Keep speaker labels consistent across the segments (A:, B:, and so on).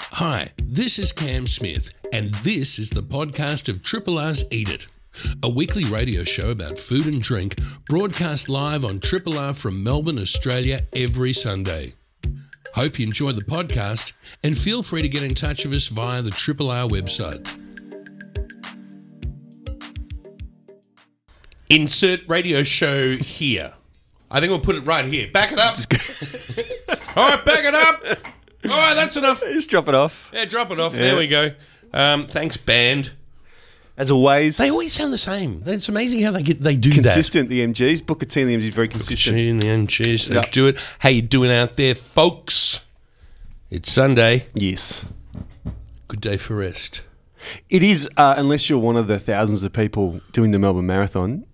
A: Hi, this is Cam Smith, and this is the podcast of Triple R's Eat It, a weekly radio show about food and drink broadcast live on Triple R from Melbourne, Australia every Sunday. Hope you enjoy the podcast and feel free to get in touch with us via the Triple R website. Insert radio show here. I think we'll put it right here. Back it up. All right, back it up. All right, that's enough.
B: Just drop it off.
A: Yeah, drop it off. There we go. Um, thanks, band.
B: As always,
A: They always sound the same. It's amazing how they get they do
B: consistent. The MGs, Booker T and the MGs, is very
A: that.
B: consistent.
A: Tune in, cheers. They
B: Yep.
A: do it. How you doing out there, folks? It's Sunday.
B: Yes,
A: Good day for rest.
B: it is. Uh, unless you're one of the thousands of people doing the Melbourne Marathon,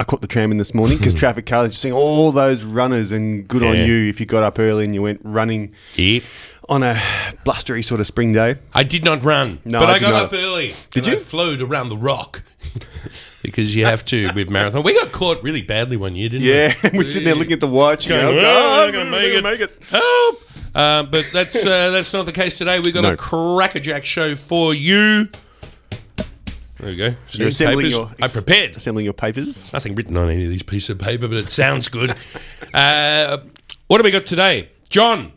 B: I caught the tram in this morning because traffic cars just seeing all those runners, and good on
A: Hmm. Yeah.
B: you if you got up early and you went running
A: Yeah.
B: on a blustery sort of spring day.
A: I did not run,
B: No,
A: but I,
B: I did
A: got
B: not.
A: up early.
B: Did
A: and I
B: you?
A: floated around the rock because you have to with marathon. We got caught really badly one year, didn't we?
B: Yeah, we're sitting there looking at the watch.
A: Going,
B: going,
A: "Oh,
B: "Oh,
A: I'm gonna
B: we're
A: make
B: gonna
A: it." Help! Uh, but that's uh, that's not the case today. We've got a
B: No.
A: crackerjack show for you. There we go.
B: You're assembling your.
A: I prepared.
B: Assembling your papers.
A: Nothing written on any of these pieces of paper, but it sounds good. uh, what have we got today? John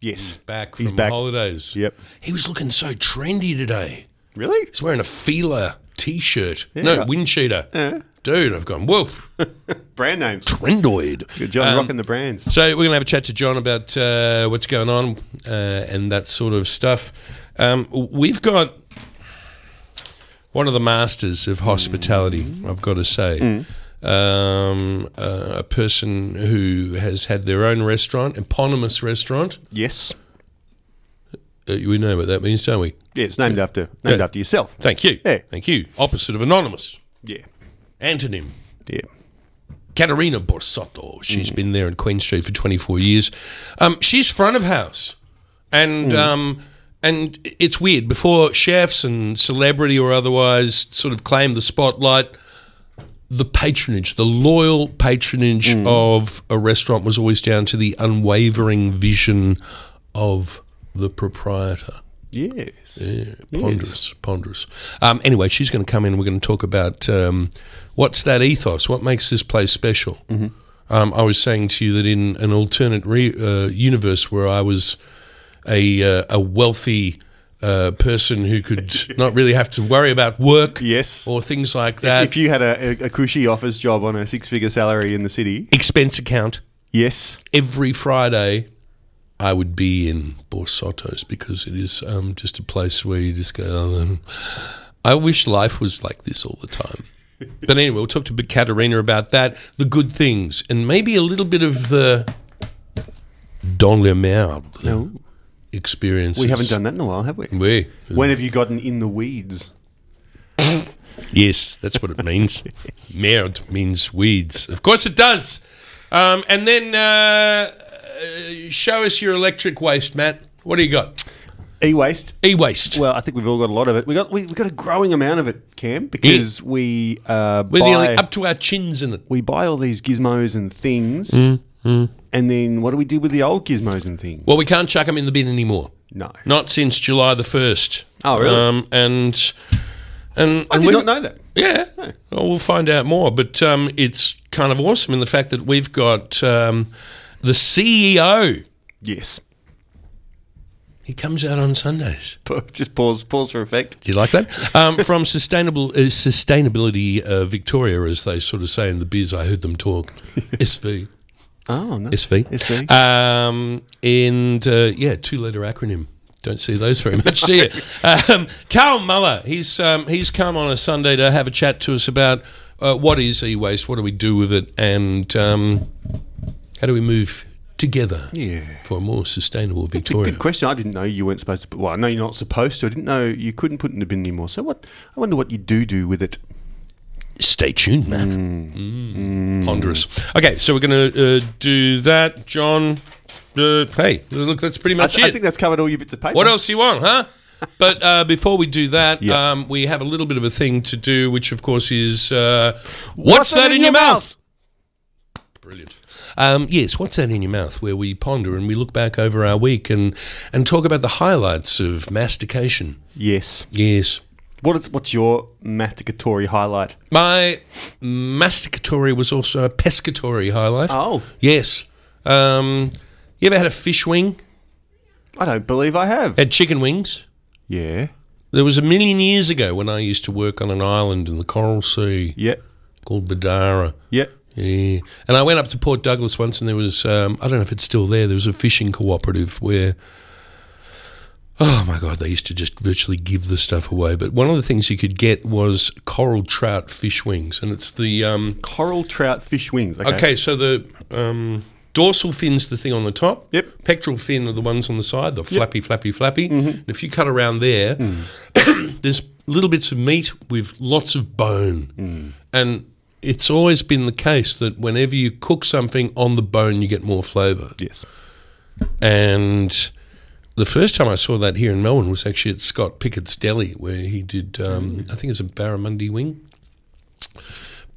B: Yes.
A: back
B: He's
A: from
B: back.
A: holidays.
B: Yep.
A: He was looking so trendy today.
B: Really?
A: He's wearing a feeler t-shirt. No, wind cheater. Dude, I've gone woof.
B: Brand names.
A: Trendoid.
B: Good job rocking the brands.
A: So we're going to have a chat to John about uh, what's going on uh, and that sort of stuff. Um, we've got one of the masters of hospitality, I've got to say. Um, uh, a person who has had their own restaurant, eponymous restaurant.
B: Yes.
A: Uh, we know what that means, don't we?
B: Yeah, it's named after named
A: Yeah.
B: after yourself.
A: Thank you.
B: Yeah.
A: Thank you. Opposite of anonymous.
B: Yeah.
A: Antonym.
B: Yeah.
A: Katerina Borsotto. She's been there in Queen Street for 24 years. Um, she's front of house, and um, and it's weird. Before chefs and celebrity or otherwise sort of claim the spotlight, the patronage, the loyal patronage of a restaurant was always down to the unwavering vision of the proprietor.
B: Yes.
A: Ponderous, ponderous. Um, anyway, she's going to come in. We're going to talk about um, what's that ethos? What makes this place special?
B: Mm-hmm.
A: Um, I was saying to you that in an alternate re- uh, universe where I was a uh, a wealthy uh, person who could not really have to worry about work,
B: Yes.
A: or things like that,
B: if you had a, a, a cushy office job on a six figure salary in the city.
A: expense account
B: Yes.
A: every Friday. I would be in Borsotto's because it is um, just a place where you just go. um, I wish life was like this all the time. But anyway, we'll talk to Big Katerina about that, the good things, and maybe a little bit of the Don Le Merde
B: No.
A: experiences.
B: We haven't done that in a while, have we?
A: We.
B: When have you gotten in the weeds?
A: Yes, that's what it means. Merde means weeds. Of course it does. Um, and then uh, uh, show us your electric waste, Matt. What do you got?
B: E waste.
A: E waste.
B: Well, I think we've all got a lot of it. We got we, we got a growing amount of it, Cam, because we uh,
A: We're nearly
B: buy
A: up to our chins in it.
B: we buy all these gizmos and things, and then what do we do with the old gizmos and things?
A: Well, we can't chuck them in the bin anymore.
B: No,
A: Not since July the first.
B: Oh, really?
A: Um, and and
B: I
A: and
B: did
A: we-
B: not know Oh. that.
A: Yeah. Well, we'll find out more, but um, it's kind of awesome in the fact that we've got um, the CEO.
B: Yes,
A: He comes out on Sundays.
B: just pause pause for effect.
A: Do you like that? Um, from sustainable uh, sustainability uh, Victoria, as they sort of say in the biz, I heard them talk. SV.
B: Oh no,
A: SV.
B: SV.
A: Um, and uh, yeah, two letter acronym. Don't see those very much, do you? Um, Carl Muller, he's um, he's come on a Sunday to have a chat to us about uh, what is e waste, what do we do with it, and um, how do we move together
B: Yeah.
A: for a more sustainable Victoria.
B: Good question. I didn't know you weren't supposed to. Put, well, I know you're not supposed to. I didn't know you couldn't put it in the bin anymore. So what? I wonder what you do do with it.
A: Stay tuned, Matt. Mm. Ponderous. Okay, so we're going to uh, do that, John. Uh, hey, look, that's pretty
B: I,
A: much
B: th-
A: it.
B: I think that's covered all your bits of paper.
A: What else do you want, huh? But uh, before we do that,
B: Yeah.
A: um, we have a little bit of a thing to do, which of course is uh, what's, that in your mouth? Brilliant. Um, yes, what's that in your mouth? Where we ponder and we look back over our week and and talk about the highlights of mastication.
C: Yes.
A: Yes.
C: What is, what's your masticatory highlight?
A: My masticatory was also a pescatory highlight.
C: Oh,
A: Yes. Um, you ever had a fish wing?
C: I don't believe I have.
A: Had chicken wings?
C: Yeah.
A: There was a million years ago when I used to work on an island in the Coral Sea
C: Yeah.
A: called Badara.
C: Yeah.
A: Yeah. And I went up to Port Douglas once, and there was, um, I don't know if it's still there, there was a fishing cooperative where, oh my God, they used to just virtually give the stuff away. But one of the things you could get was coral trout fish wings. And it's the, um,
C: Coral trout fish wings. Okay.
A: okay, so the um, dorsal fin's the thing on the top.
C: Yep. Mm-hmm.
A: Pectoral fin are the ones on the side, the flappy, flappy, flappy. And if you cut around there,
C: Mm.
A: there's little bits of meat with lots of bone.
C: Mm.
A: And it's always been the case that whenever you cook something on the bone, you get more flavour.
C: Yes.
A: And the first time I saw that here in Melbourne was actually at Scott Pickett's Deli, where he did, um,
C: Mm.
A: I think it's a barramundi wing.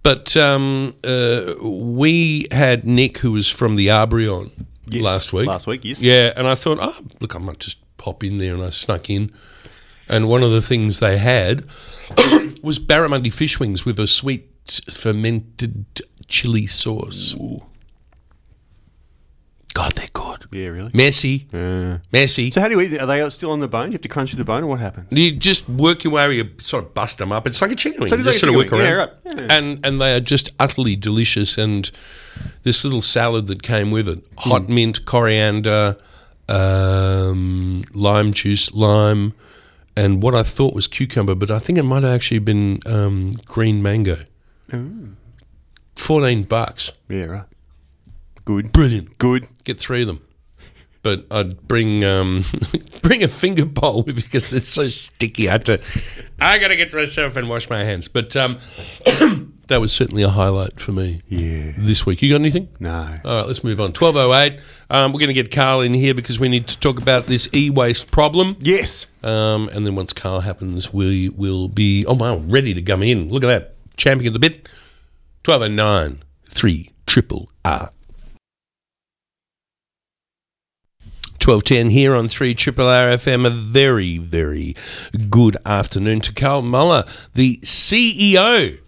A: But um, uh, we had Nick, who was from the Arboreon
C: Yes.
A: last week.
C: Last week, yes.
A: Yeah, and I thought, oh, look, I might just pop in there. And I snuck in. And one of the things they had was barramundi fish wings with a sweet fermented chili sauce. God, they're good.
C: Yeah, really?
A: Messy,
C: Yeah.
A: messy.
C: So how do you eat it? Are they still on the bone? Do you have to crunch through the bone or what happens?
A: You just work your way. You sort of bust them up. It's like a chicken wing.
C: So
A: you
C: it's
A: just
C: like a
A: sort of work
C: chicken
A: around,
C: wing. Yeah, right. Yeah.
A: and and they are just utterly delicious. And this little salad that came with it: hot
C: Hmm.
A: mint, coriander, um, lime juice, lime, and what I thought was cucumber, but I think it might have actually been um, green mango.
C: Hmm.
A: Fourteen bucks,
C: Yeah, right. Good.
A: brilliant.
C: Good.
A: Get three of them. But I'd bring um, bring a finger bowl because it's so sticky. I had to, I got to get myself and wash my hands. But um, that was certainly a highlight for me
C: Yeah.
A: this week. You got anything?
C: No.
A: All right, let's move on. Twelve oh eight. Um, we're going to get Carl in here because we need to talk about this e-waste problem.
C: Yes.
A: Um, and then once Carl happens, we will be oh wow, ready to come in. Look at that, champing at the bit. Twelve oh nine three triple R. Twelve ten here on three triple R FM. A very very good afternoon to Carl Muller, the E CEO.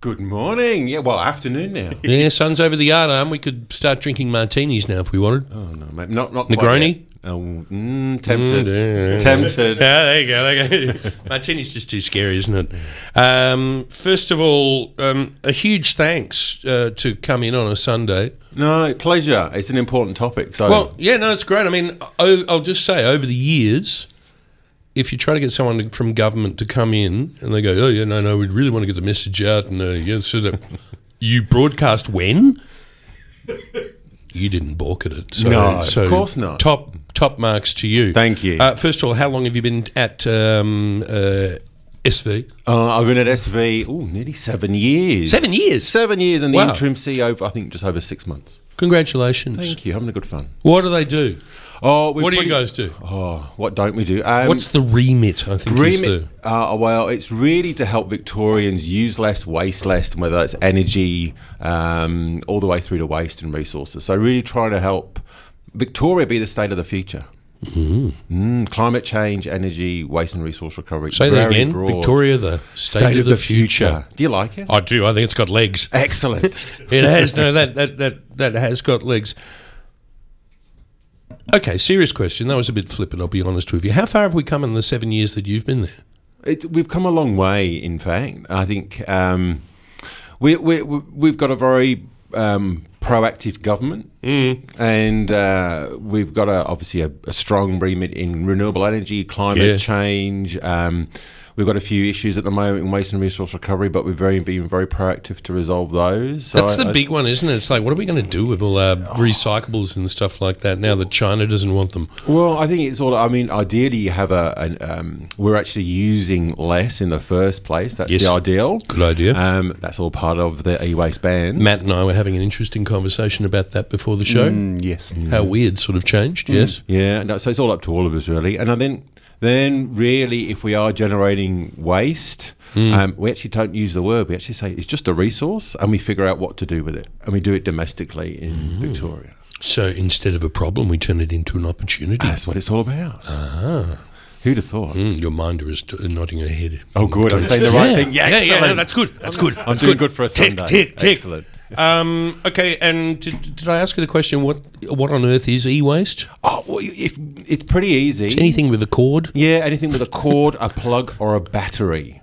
B: Good morning. Yeah, well, afternoon now.
A: yeah, sun's over the yard arm. We could start drinking martinis now if we wanted.
B: Oh no, mate, not not
A: Negroni?
B: Quite yet. oh, mm, tempted.
A: Mm, yeah.
B: Tempted.
A: Yeah, there you go. There you go. Martini's just too scary, isn't it? Um, first of all, um, a huge thanks uh, to come in on a Sunday.
B: No pleasure. It's an important topic. So
A: Well, yeah, no, it's great. I mean, o- I'll just say over the years, if you try to get someone to- from government to come in and they go, oh, yeah, no, no, we really want to get the message out and uh, yeah, so that you broadcast when? You didn't balk at it. So,
B: No, of
A: so
B: course not.
A: Top top marks to you.
B: Thank you.
A: Uh, first of all, how long have you been at um, uh, SV?
B: uh, I've been at SV oh nearly seven years.
A: Seven years?
B: Seven years, and the
A: Wow.
B: interim CEO. For, I think just over six months.
A: Congratulations.
B: Thank you. Having a good fun.
A: What do they do?
B: Oh, we
A: What do you
B: pretty-
A: guys do?
B: Oh, what don't we do? Um,
A: What's the remit? I think is
B: Remit-
A: the
B: uh, well, it's really to help Victorians use less, waste less, and whether that's energy, um, all the way through to waste and resources. So, really trying to help Victoria be the state of the future. Mm, climate change, energy, waste and resource recovery.
A: Mm-hmm. say that
B: Very
A: again.
B: broad.
A: Victoria, the state,
B: state
A: of, the, future. Oh.
B: Do you like it?
A: I do. I think it's got legs.
B: Excellent.
A: It has no that that that that has got legs. Okay, serious question. That was a bit flippant. I'll be honest with you. How far have we come in the seven years that you've been there?
B: It's we've come a long way. In fact, I think um, we, we, we we've got a very um, proactive government,
A: Mm.
B: and uh, we've got a, obviously a, a strong remit in renewable energy, climate
A: Yeah.
B: change. Um, we've got a few issues at the moment in waste and resource recovery, but we've very been very proactive to resolve those. So
A: That's
B: I-
A: the
B: I-
A: big one, isn't it? It's like, what are we going to do with all our recyclables and stuff like that now that China doesn't want them?
B: Well, I think it's all. I mean, ideally, you have a. An, um, we're actually using less in the first place. That's
A: Yes.
B: the ideal.
A: Good idea.
B: Um, that's all part of the e-waste ban.
A: Matt and I were having an interesting conversation about that before
B: Mm.
A: the show.
C: yes.
A: How we had sort of changed, yes.
B: Yeah, no, so it's all up to all of us really. And I think then really, if we are generating waste,
A: Mm.
B: um, we actually don't use the word. We actually say it's just a resource, and we figure out what to do with it, and we do it domestically in
A: Mm.
B: Victoria.
A: So instead of a problem, we turn it into an opportunity.
B: That's what it's all about. Who'd have thought?
A: Uh-huh. Mm, your minder is t- nodding her head. Hmm,
B: Oh, good. I'm saying the right thing. Yeah,
A: yeah, yeah. No,
B: excellent.
A: that's good. That's good.
B: I'm
A: that's
B: doing good for a
A: tick,
B: Sunday.
A: Tick, tick,
B: Excellent.
A: Um, okay, and did, did I ask you the question? What what on earth is e-waste?
B: Oh, well, if, it's pretty easy.
A: Anything with a cord?
B: Yeah, anything with a cord, a plug, or a battery.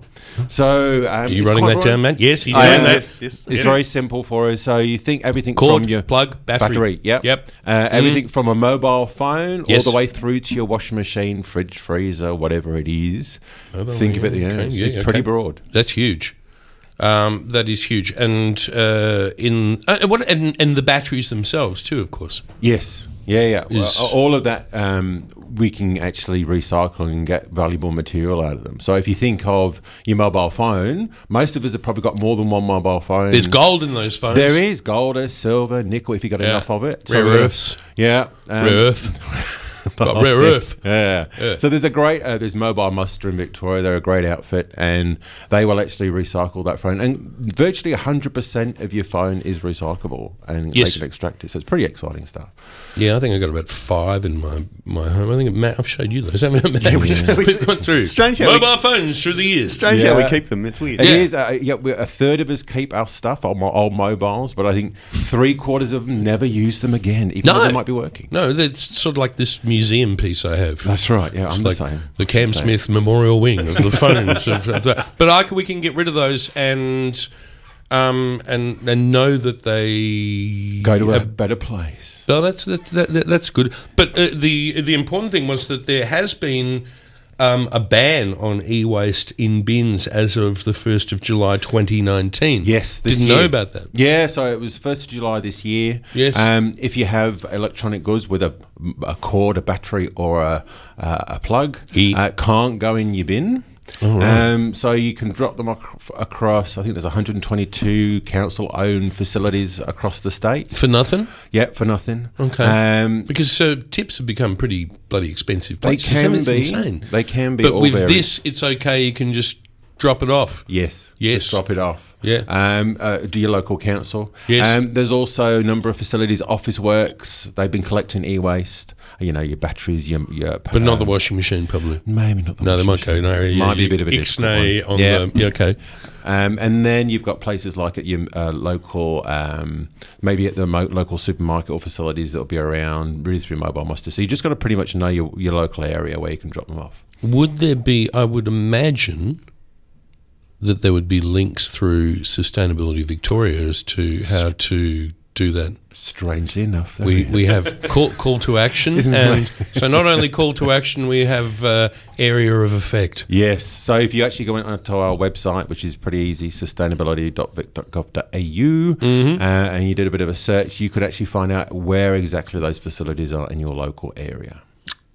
B: So, um,
A: Are you running that down, Matt? Yes, he's doing
B: I am.
A: that.
C: Yes, yes.
B: It's very simple for us. So you think everything
A: Cord,
B: from your
A: plug, battery.
B: yep,
A: Yep. Mm-hmm.
B: Uh, everything from a mobile phone
A: Yes.
B: all the way through to your washing machine, fridge, freezer, whatever it is. think of it.
A: yeah,
B: Yeah,
A: okay,
B: it's,
A: yeah,
B: it's pretty
A: okay.
B: broad.
A: That's huge. Um, that is huge, and uh, in uh, what and, and the batteries themselves too, of course.
B: Yes. Yeah, yeah. Well,
A: Is-
B: all of that um, we can actually recycle and get valuable material out of them. So if you think of your mobile phone, most of us have probably got more than one mobile phone.
A: There's gold in those phones.
B: Mm. There is gold, uh, silver, nickel. If you got
A: Yeah.
B: enough of it,
A: Rare
B: we got-
A: earths.
B: Yeah, um,
A: rare earth. Got rare earth.
B: Oh, Yeah.
A: Yeah.
B: So there's a great uh, there's Mobile Muster in Victoria. They're a great outfit, and they will actually recycle that phone. And virtually 100 percent of your phone is recyclable, and
A: Yes.
B: they can extract it. So it's pretty exciting stuff.
A: Yeah, I think I got about five in my, my home. I think Matt, I've showed you those. haven't I, Matt?
C: we-
A: We've gone through
C: Strange how we-
A: mobile phones through the years.
C: Strange how we
B: Yeah.
C: keep them. It's weird.
B: It
A: Yeah.
B: is. Uh, yeah, we're, a third of us keep our stuff on my old mobiles, but I think three quarters of them never use them again, even
A: No.
B: though they might be working.
A: No, that's sort of like this museum piece I have.
B: That's right. Yeah,
A: It's
B: I'm
A: like
B: the same.
A: the Cam
B: same.
A: Smith Memorial Wing of the phones. of, of that. But I, c- we can get rid of those and um, and and know that they
B: Go to a
A: have-
B: better place.
A: No, that's that, that, that, that's good. But uh, the the important thing was that there has been um, a ban on e-waste in bins as of the first of July, twenty nineteen.
B: Yes, this
A: didn't know
B: year.
A: about that.
B: Yeah, so it was first of July this year.
A: Yes.
B: Um, if you have electronic goods with a, a cord, a battery, or a, uh, a plug,
A: E-
B: uh, can't go in your bin. Um, so you can drop them ac- across. I think there's 122 council-owned facilities across the state.
A: For nothing,
B: Yeah, for nothing.
A: Okay.
B: Um,
A: because uh, tips have become pretty bloody expensive.
B: they
A: Places.
B: can
A: it's
B: be.
A: insane.
B: They can be.
A: but
B: all
A: with
B: varied.
A: this, it's okay. You can just drop it off.
B: Yes.
A: Yes.
B: Just drop it off.
A: Yeah.
B: Um, uh, do your local council.
A: Yes.
B: Um, there's also a number of facilities, Office Works. They've been collecting e-waste. You know, your batteries, your, your uh,
A: But not the washing machine, probably.
B: maybe not the
A: No, they might
B: washing
A: go. No,
B: machine.
A: yeah,
B: might be a
A: you
B: bit of a
A: ixnay on
B: difficult one. yeah.
A: the. Yeah, okay.
B: Um, and then you've got places like at your uh, local, um, maybe at the mo- local supermarket or facilities that'll be around really through mobile muster. So you just got to pretty much know your, your local area where you can drop them off.
A: Would there be, I would imagine that there would be links through Sustainability Victoria as to how to do that.
B: Strangely enough, there
A: We,
B: is.
A: we have call, call to action.
B: Oh, Isn't that
A: and so not only call to action, we have uh, area of effect.
B: Yes. So if you actually go onto our website, which is pretty easy, sustainability.vic.gov.au,
A: Mm-hmm.
B: uh, and you did a bit of a search, you could actually find out where exactly those facilities are in your local area.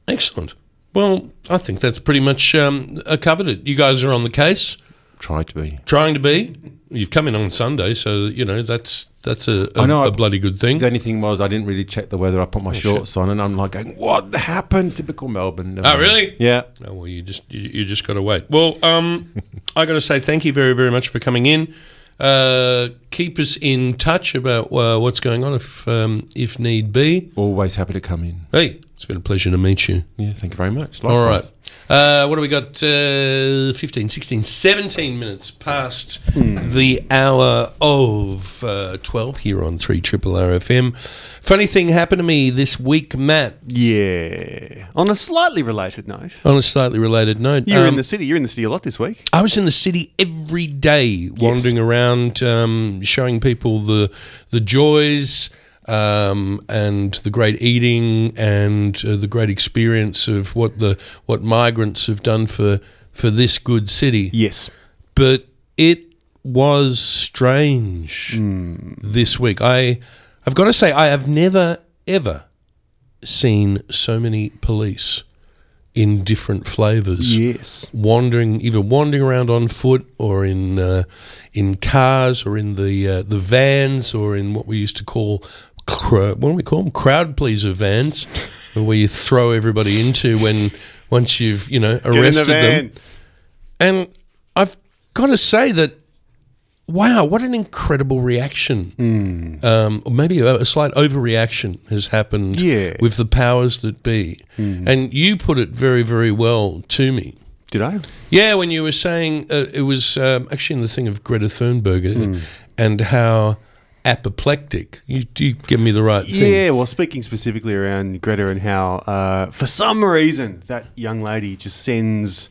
A: Excellent. Well, I think that's pretty much um, uh, covered it. You guys are on the case,
B: Try to be.
A: trying to be. You've come in on Sunday, so you know that's that's a, a,
B: I know,
A: a
B: I-
A: bloody good thing.
B: The only thing was, I didn't really check the weather. I
A: Oh,
B: put my shorts on, and I'm like, going, "What happened?" Typical Melbourne.
A: Oh, really?
B: Yeah.
A: Oh, well, you just you, you just got to wait. Well, um, I got to say thank you very very much for coming in. Uh, keep us in touch about uh, what's going on if um, if need be.
B: Always happy to come in.
A: Hey, it's been a pleasure to meet you.
B: Yeah. Thank you very much.
A: All
B: Likewise.
A: right. Uh, what do we got? Uh, 15, 16, 17 minutes past the hour of uh, 12 here on 3 Triple RFM. Funny thing happened to me this week, Matt,
C: Yeah. On a slightly related note,
A: on a slightly related note.
C: you're in
A: Um,
C: the city. You're in the city a lot this week.
A: I was in the city every day, wandering around, um, showing people the the joys um, and the great eating and uh, the great experience of what the what migrants have done for for this good city.
C: Yes.
A: But it was strange this week. I I've got to say I have never ever seen so many police in different flavors
C: Yes.
A: wandering, either wandering around on foot or in uh, in cars or in the uh, the vans or in what we used to call cr- what do we call them crowd pleaser vans. where you throw everybody into when once you've you know
C: Get in the
A: arrested them.
C: van.
A: And I've got to say that, wow, what an incredible reaction.
C: Hmm.
A: Um, or maybe a, a slight overreaction has happened
C: Yeah. Hmm.
A: with the powers that be. And you put it very, very well to me.
C: Did I?
A: Yeah, when you were saying uh, it was um, actually in the thing of Greta Thunberg
C: Hmm.
A: uh, and how apoplectic, you, you give me the right thing.
C: Yeah, well, speaking specifically around Greta and how, uh, for some reason, that young lady just sends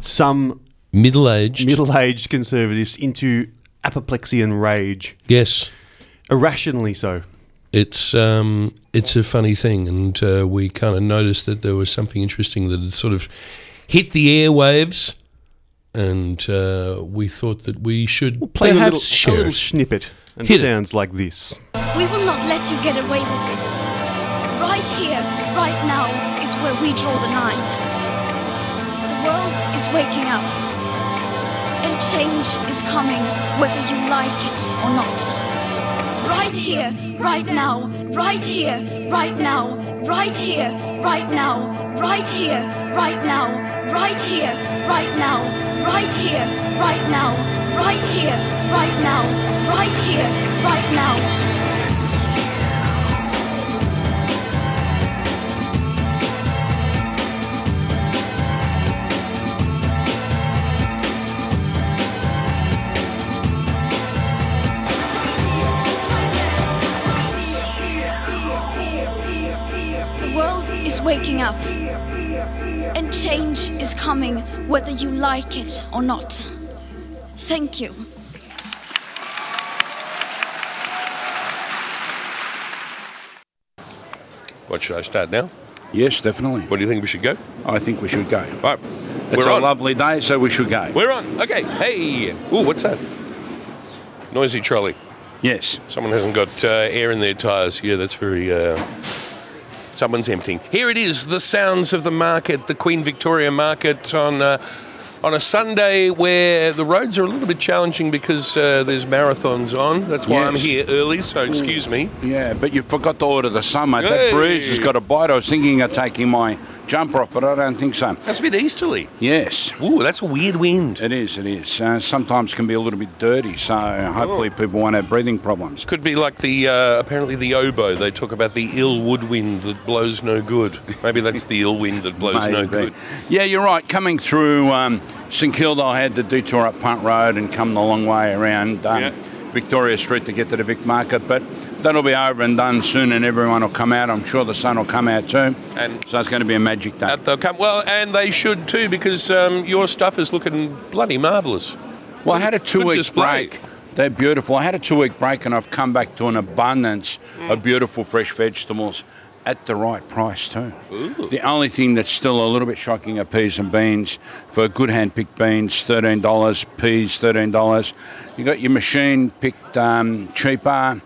C: some
A: Middle aged.
C: middle aged conservatives into apoplexy and rage,
A: yes.
C: irrationally so.
A: It's um, it's a funny thing, and uh, we kind of noticed that there was something interesting that had sort of hit the airwaves, and uh, we thought that we should
C: Play a
A: perhaps
C: little, a
A: share.
C: little
A: it.
C: snippet, and
A: Hit
C: it
A: it.
C: sounds like this.
D: We will not let you get away with this. Right here, right now, is where we draw the line. The world is waking up. And change is coming, whether you like it or not. Right here, right now, right here, right now, right here, right now, right here, right now, right here, right now, right here, right now, right here, right now, right here, right now. The world is waking up. And change is coming, whether you like it or not. Thank you.
A: What should I start now?
E: Yes, definitely.
A: What do you think we should go?
E: I think we should go.
A: Right,
E: It's
A: we're
E: a
A: on.
E: lovely day, so we should go.
A: We're on. Okay. Hey. Ooh, what's that? Noisy trolley.
E: Yes.
A: Someone hasn't got uh, air in their tyres. Yeah, that's very. Uh, someone's emptying. Here it is, the sounds of the market, the Queen Victoria Market on. Uh, on a Sunday where the roads are a little bit challenging because uh, there's marathons on. That's why I'm
E: Yes.
A: here early, so excuse me.
E: Yeah, but you forgot to order the summer.
A: Hey.
E: That breeze has got a bite. I was thinking of taking my jumper off, but I don't think so.
A: That's a bit easterly.
E: Yes.
A: Ooh, that's a weird wind.
E: It is, it is. Uh, sometimes can be a little bit dirty, so hopefully
A: Oh.
E: people won't have breathing problems.
A: Could be like the uh, apparently the oboe. They talk about the ill woodwind that blows no good. Maybe that's the ill wind that blows no
E: Maybe.
A: good.
E: Yeah, you're right. Coming through um, St Kilda, I had to detour up Punt Road and come the long way around um,
A: Yeah.
E: Victoria Street to get to the Vic Market, but that'll be over and done soon, and everyone will come out. I'm sure the sun will come out too,
A: And-
E: so it's going to be a magic day.
A: Out they'll come. Well, and they should too, because um, your stuff is looking bloody marvellous.
E: Well, I had a two week
A: display.
E: break. They're beautiful. I had a two week break and I've come back to an abundance of beautiful fresh vegetables at the right price, too. The only thing that's still a little bit shocking are peas and beans. For good hand picked beans, $13, peas, $13. You got your machine picked um, cheaper.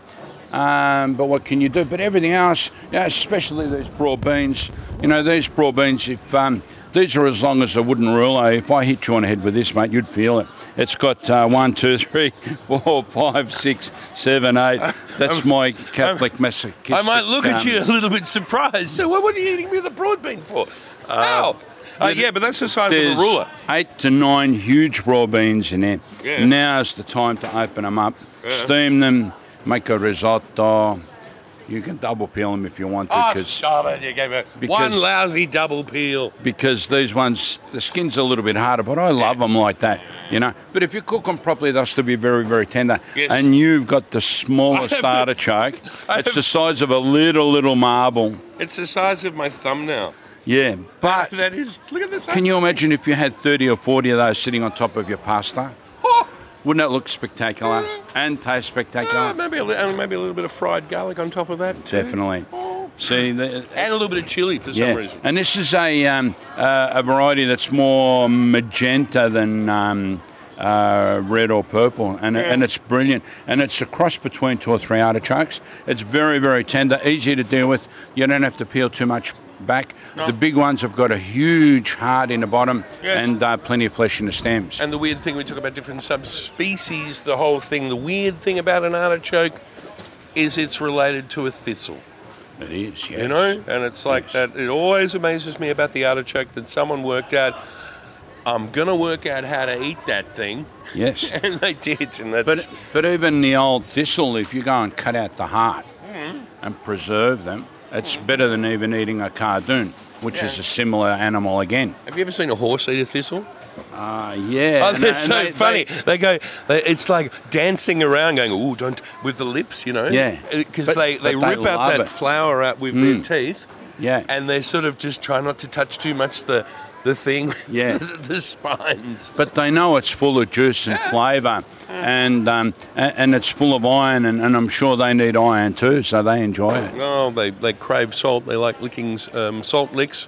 E: Um, but what can you do? But everything else, you know, especially these broad beans, you know, these broad beans, if um, these are as long as a wooden ruler, if I hit you on the head with this, mate, you'd feel it. It's got uh, one, two, three, four, five, six, seven, eight. That's my Catholic message.
A: I might look
E: um,
A: at you a little bit surprised. So, what, what are you eating me the broadbean for? Ow! Uh, yeah, but that's the size of a
E: There's
A: ruler.
E: eight to nine huge broad beans in there.
A: Yeah.
E: Now's the time to open them up, steam them, make a risotto. You can double peel them if you want to.
A: Oh,
E: 'cause-
A: stop it! You gave a one
E: because-
A: lousy double peel.
E: because these ones, the skin's a little bit harder, but I love them like that, you know. But if you cook them properly, they'll still be very, very tender.
A: Yes.
E: And you've got the smallest
A: I have-
E: artichoke.
A: I
E: It's
A: have-
E: the size of a little, little marble.
A: It's the size of my thumb now.
E: Yeah. But
A: Ah, That is. Look at this.
E: can you imagine if you had 30 or 40 of those sitting on top of your pasta?
A: Oh,
E: Wouldn't that look spectacular and taste
A: uh,
E: spectacular?
A: maybe a, li- and maybe a little bit of fried garlic on top of that. too.
E: Definitely.
A: Oh.
E: See, the,
A: And a little bit of chili for some reason.
E: And this is a um, uh, a variety that's more magenta than um, uh, red or purple, and and it's brilliant. And it's a cross between two or three artichokes. It's very very tender, easy to deal with. You don't have to peel too much back. The big ones have got a huge heart in the bottom
A: Yes.
E: and uh, plenty of flesh in the stems.
A: And the weird thing we talk about different subspecies, the whole thing. The weird thing about an artichoke is it's related to a thistle.
E: It is, yes.
F: you know? And it's like
E: Yes.
F: that. It always amazes me about the artichoke that someone worked out. I'm gonna work out how to eat that thing,
E: Yes.
F: and they did, and that's
E: But but even the old thistle, if you go and cut out the heart
F: Mm.
E: and preserve them, it's better than even eating a cardoon, which is
F: Yeah.
E: a similar animal again.
F: Have you ever seen a horse eat a thistle?
E: Uh, yeah.
F: Oh,
E: and-
F: they're
E: and
F: so
E: they- they-
F: funny. They, go, they, it's like dancing around, going, "Ooh, don't," with the lips, you know.
E: Yeah.
F: Because
E: But-
F: they, they
E: but they
F: rip out
E: love
F: that
E: it. Mm.
F: flower out with their teeth,
E: yeah.
F: and they sort of just try not to touch too much the the thing.
E: Yeah.
F: the, the spines.
E: but they know it's full of juice and flavour,
F: Mm.
E: and um, and, and it's full of iron, and, and I'm sure they need iron too, so they enjoy it.
F: Oh, they they crave salt. They like licking um, salt licks.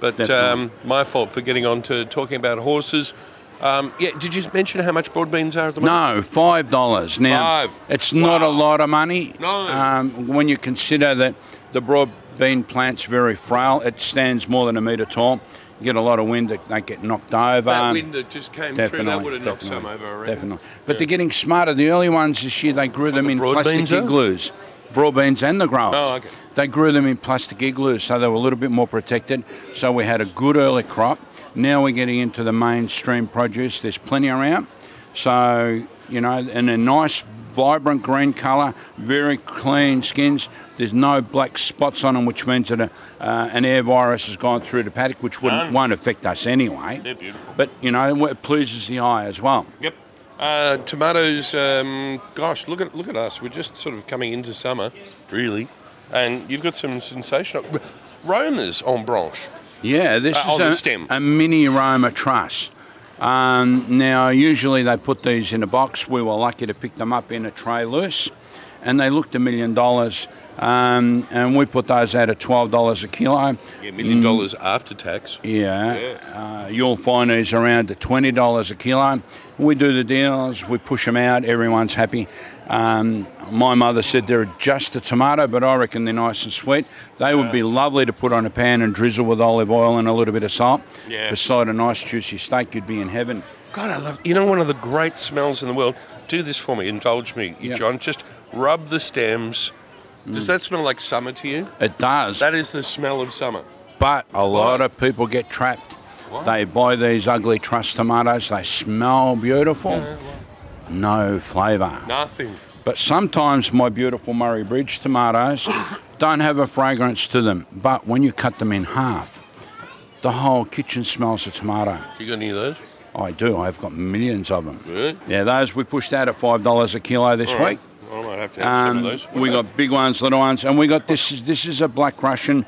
F: But
E: Definitely.
F: um, my fault for getting on to talking about horses. Um, yeah, did you mention how much broad beans are at the moment?
E: No, five dollars. Now
F: Five.
E: it's not a lot of money.
F: No.
E: Um, when you consider that the broad bean plant's very frail, it stands more than a metre tall. You get a lot of wind, it- they get knocked over.
F: That wind that just came through, that would have knocked some over. I reckon.
E: um, Definitely. But they're getting smarter. The early ones this year, they grew them in
F: broad
E: plastic
F: beans are?
E: igloos. Broad beans and the growers.
F: Oh, okay.
E: They grew them in plastic igloos, so they were a little bit more protected. So we had a good early crop. Now we're getting into the mainstream produce. There's plenty around. So, you know, and a nice, vibrant green colour, very clean skins. There's no black spots on them, which means that a, uh, an air virus has gone through the paddock, which wouldn't,
F: None.
E: won't affect us anyway.
F: They're beautiful.
E: But, you know, it pleases the eye as well.
F: Yep. Uh, tomatoes. Um, gosh, look at look at us. We're just sort of coming into summer, really, and you've got some sensational R- Roma's en branche.
E: Yeah, this
F: Uh,
E: is
F: on the
E: a,
F: stem.
E: a mini Roma truss. Um, now, usually they put these in a box. We were lucky to pick them up in a tray loose, and they looked a million dollars. Um, and we put those out at twelve dollars a kilo.
F: Yeah,
E: Mm.
F: million dollars after tax.
E: Yeah, Uh, you'll find these around at twenty dollars a kilo. We do the deals, we push them out, everyone's happy. Um, my mother said they're just a tomato, but I reckon they're nice and sweet. They would be lovely to put on a pan and drizzle with olive oil and a little bit of salt.
F: Yeah.
E: Beside a nice juicy steak, you'd be in heaven.
F: God, I love. You know, one of the great smells in the world. Do this for me. Indulge me,
E: Yeah. Mm.
F: John. Just rub the stems. Does that smell like summer to you?
E: It does,
F: That is the smell of summer.
E: but a lot of people get trapped.
F: Why?
E: They buy these ugly truss tomatoes. They smell beautiful. No flavour.
F: Nothing.
E: But sometimes my beautiful Murray Bridge tomatoes don't have a fragrance to them. But when you cut them in half, the whole kitchen smells of tomato.
F: You got any of those?
E: I do. I've got millions of them.
F: Really?
E: Yeah, those we pushed out at five dollars a kilo this
F: All right.
E: week.
F: I might have to have some of
E: Um,
F: those. What
E: we
F: about-
E: got big ones, little ones, and we got this. Is, this is a black Russian.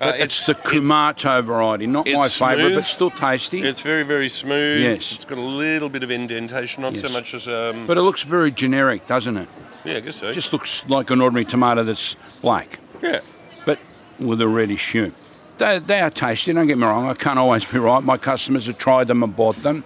E: But
F: Uh, it's-
E: it's, the Kumato variety, not my
F: it's
E: favourite,
F: smooth.
E: but still tasty.
F: It's very, very smooth.
E: Yes.
F: It's got a little bit of indentation, not so
E: Yes.
F: much as um.
E: but it looks very generic, doesn't it?
F: yeah, I guess so.
E: It just looks like an ordinary tomato that's black.
F: yeah.
E: but with a reddish hue. They, they are tasty, don't get me wrong. I can't always be right. My customers have tried them and bought them,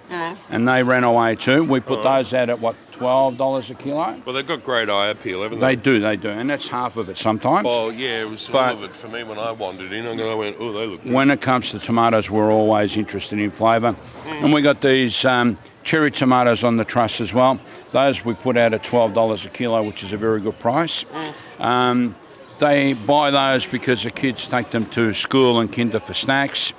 E: and they ran away too. We put those out at what, $12 a kilo?
F: Well, they've got great eye appeal, haven't they?
E: They do, they do, and that's half of it sometimes.
F: Well, yeah, it was
E: But-
F: all of it for me when I wandered in. And I went, oh, they look good.
E: When it comes to tomatoes, we're always interested in flavour. And we got these um, cherry tomatoes on the truss as well. Those we put out at $12 a kilo, which is a very good price. Um, they buy those because the kids take them to school and kinder for snacks.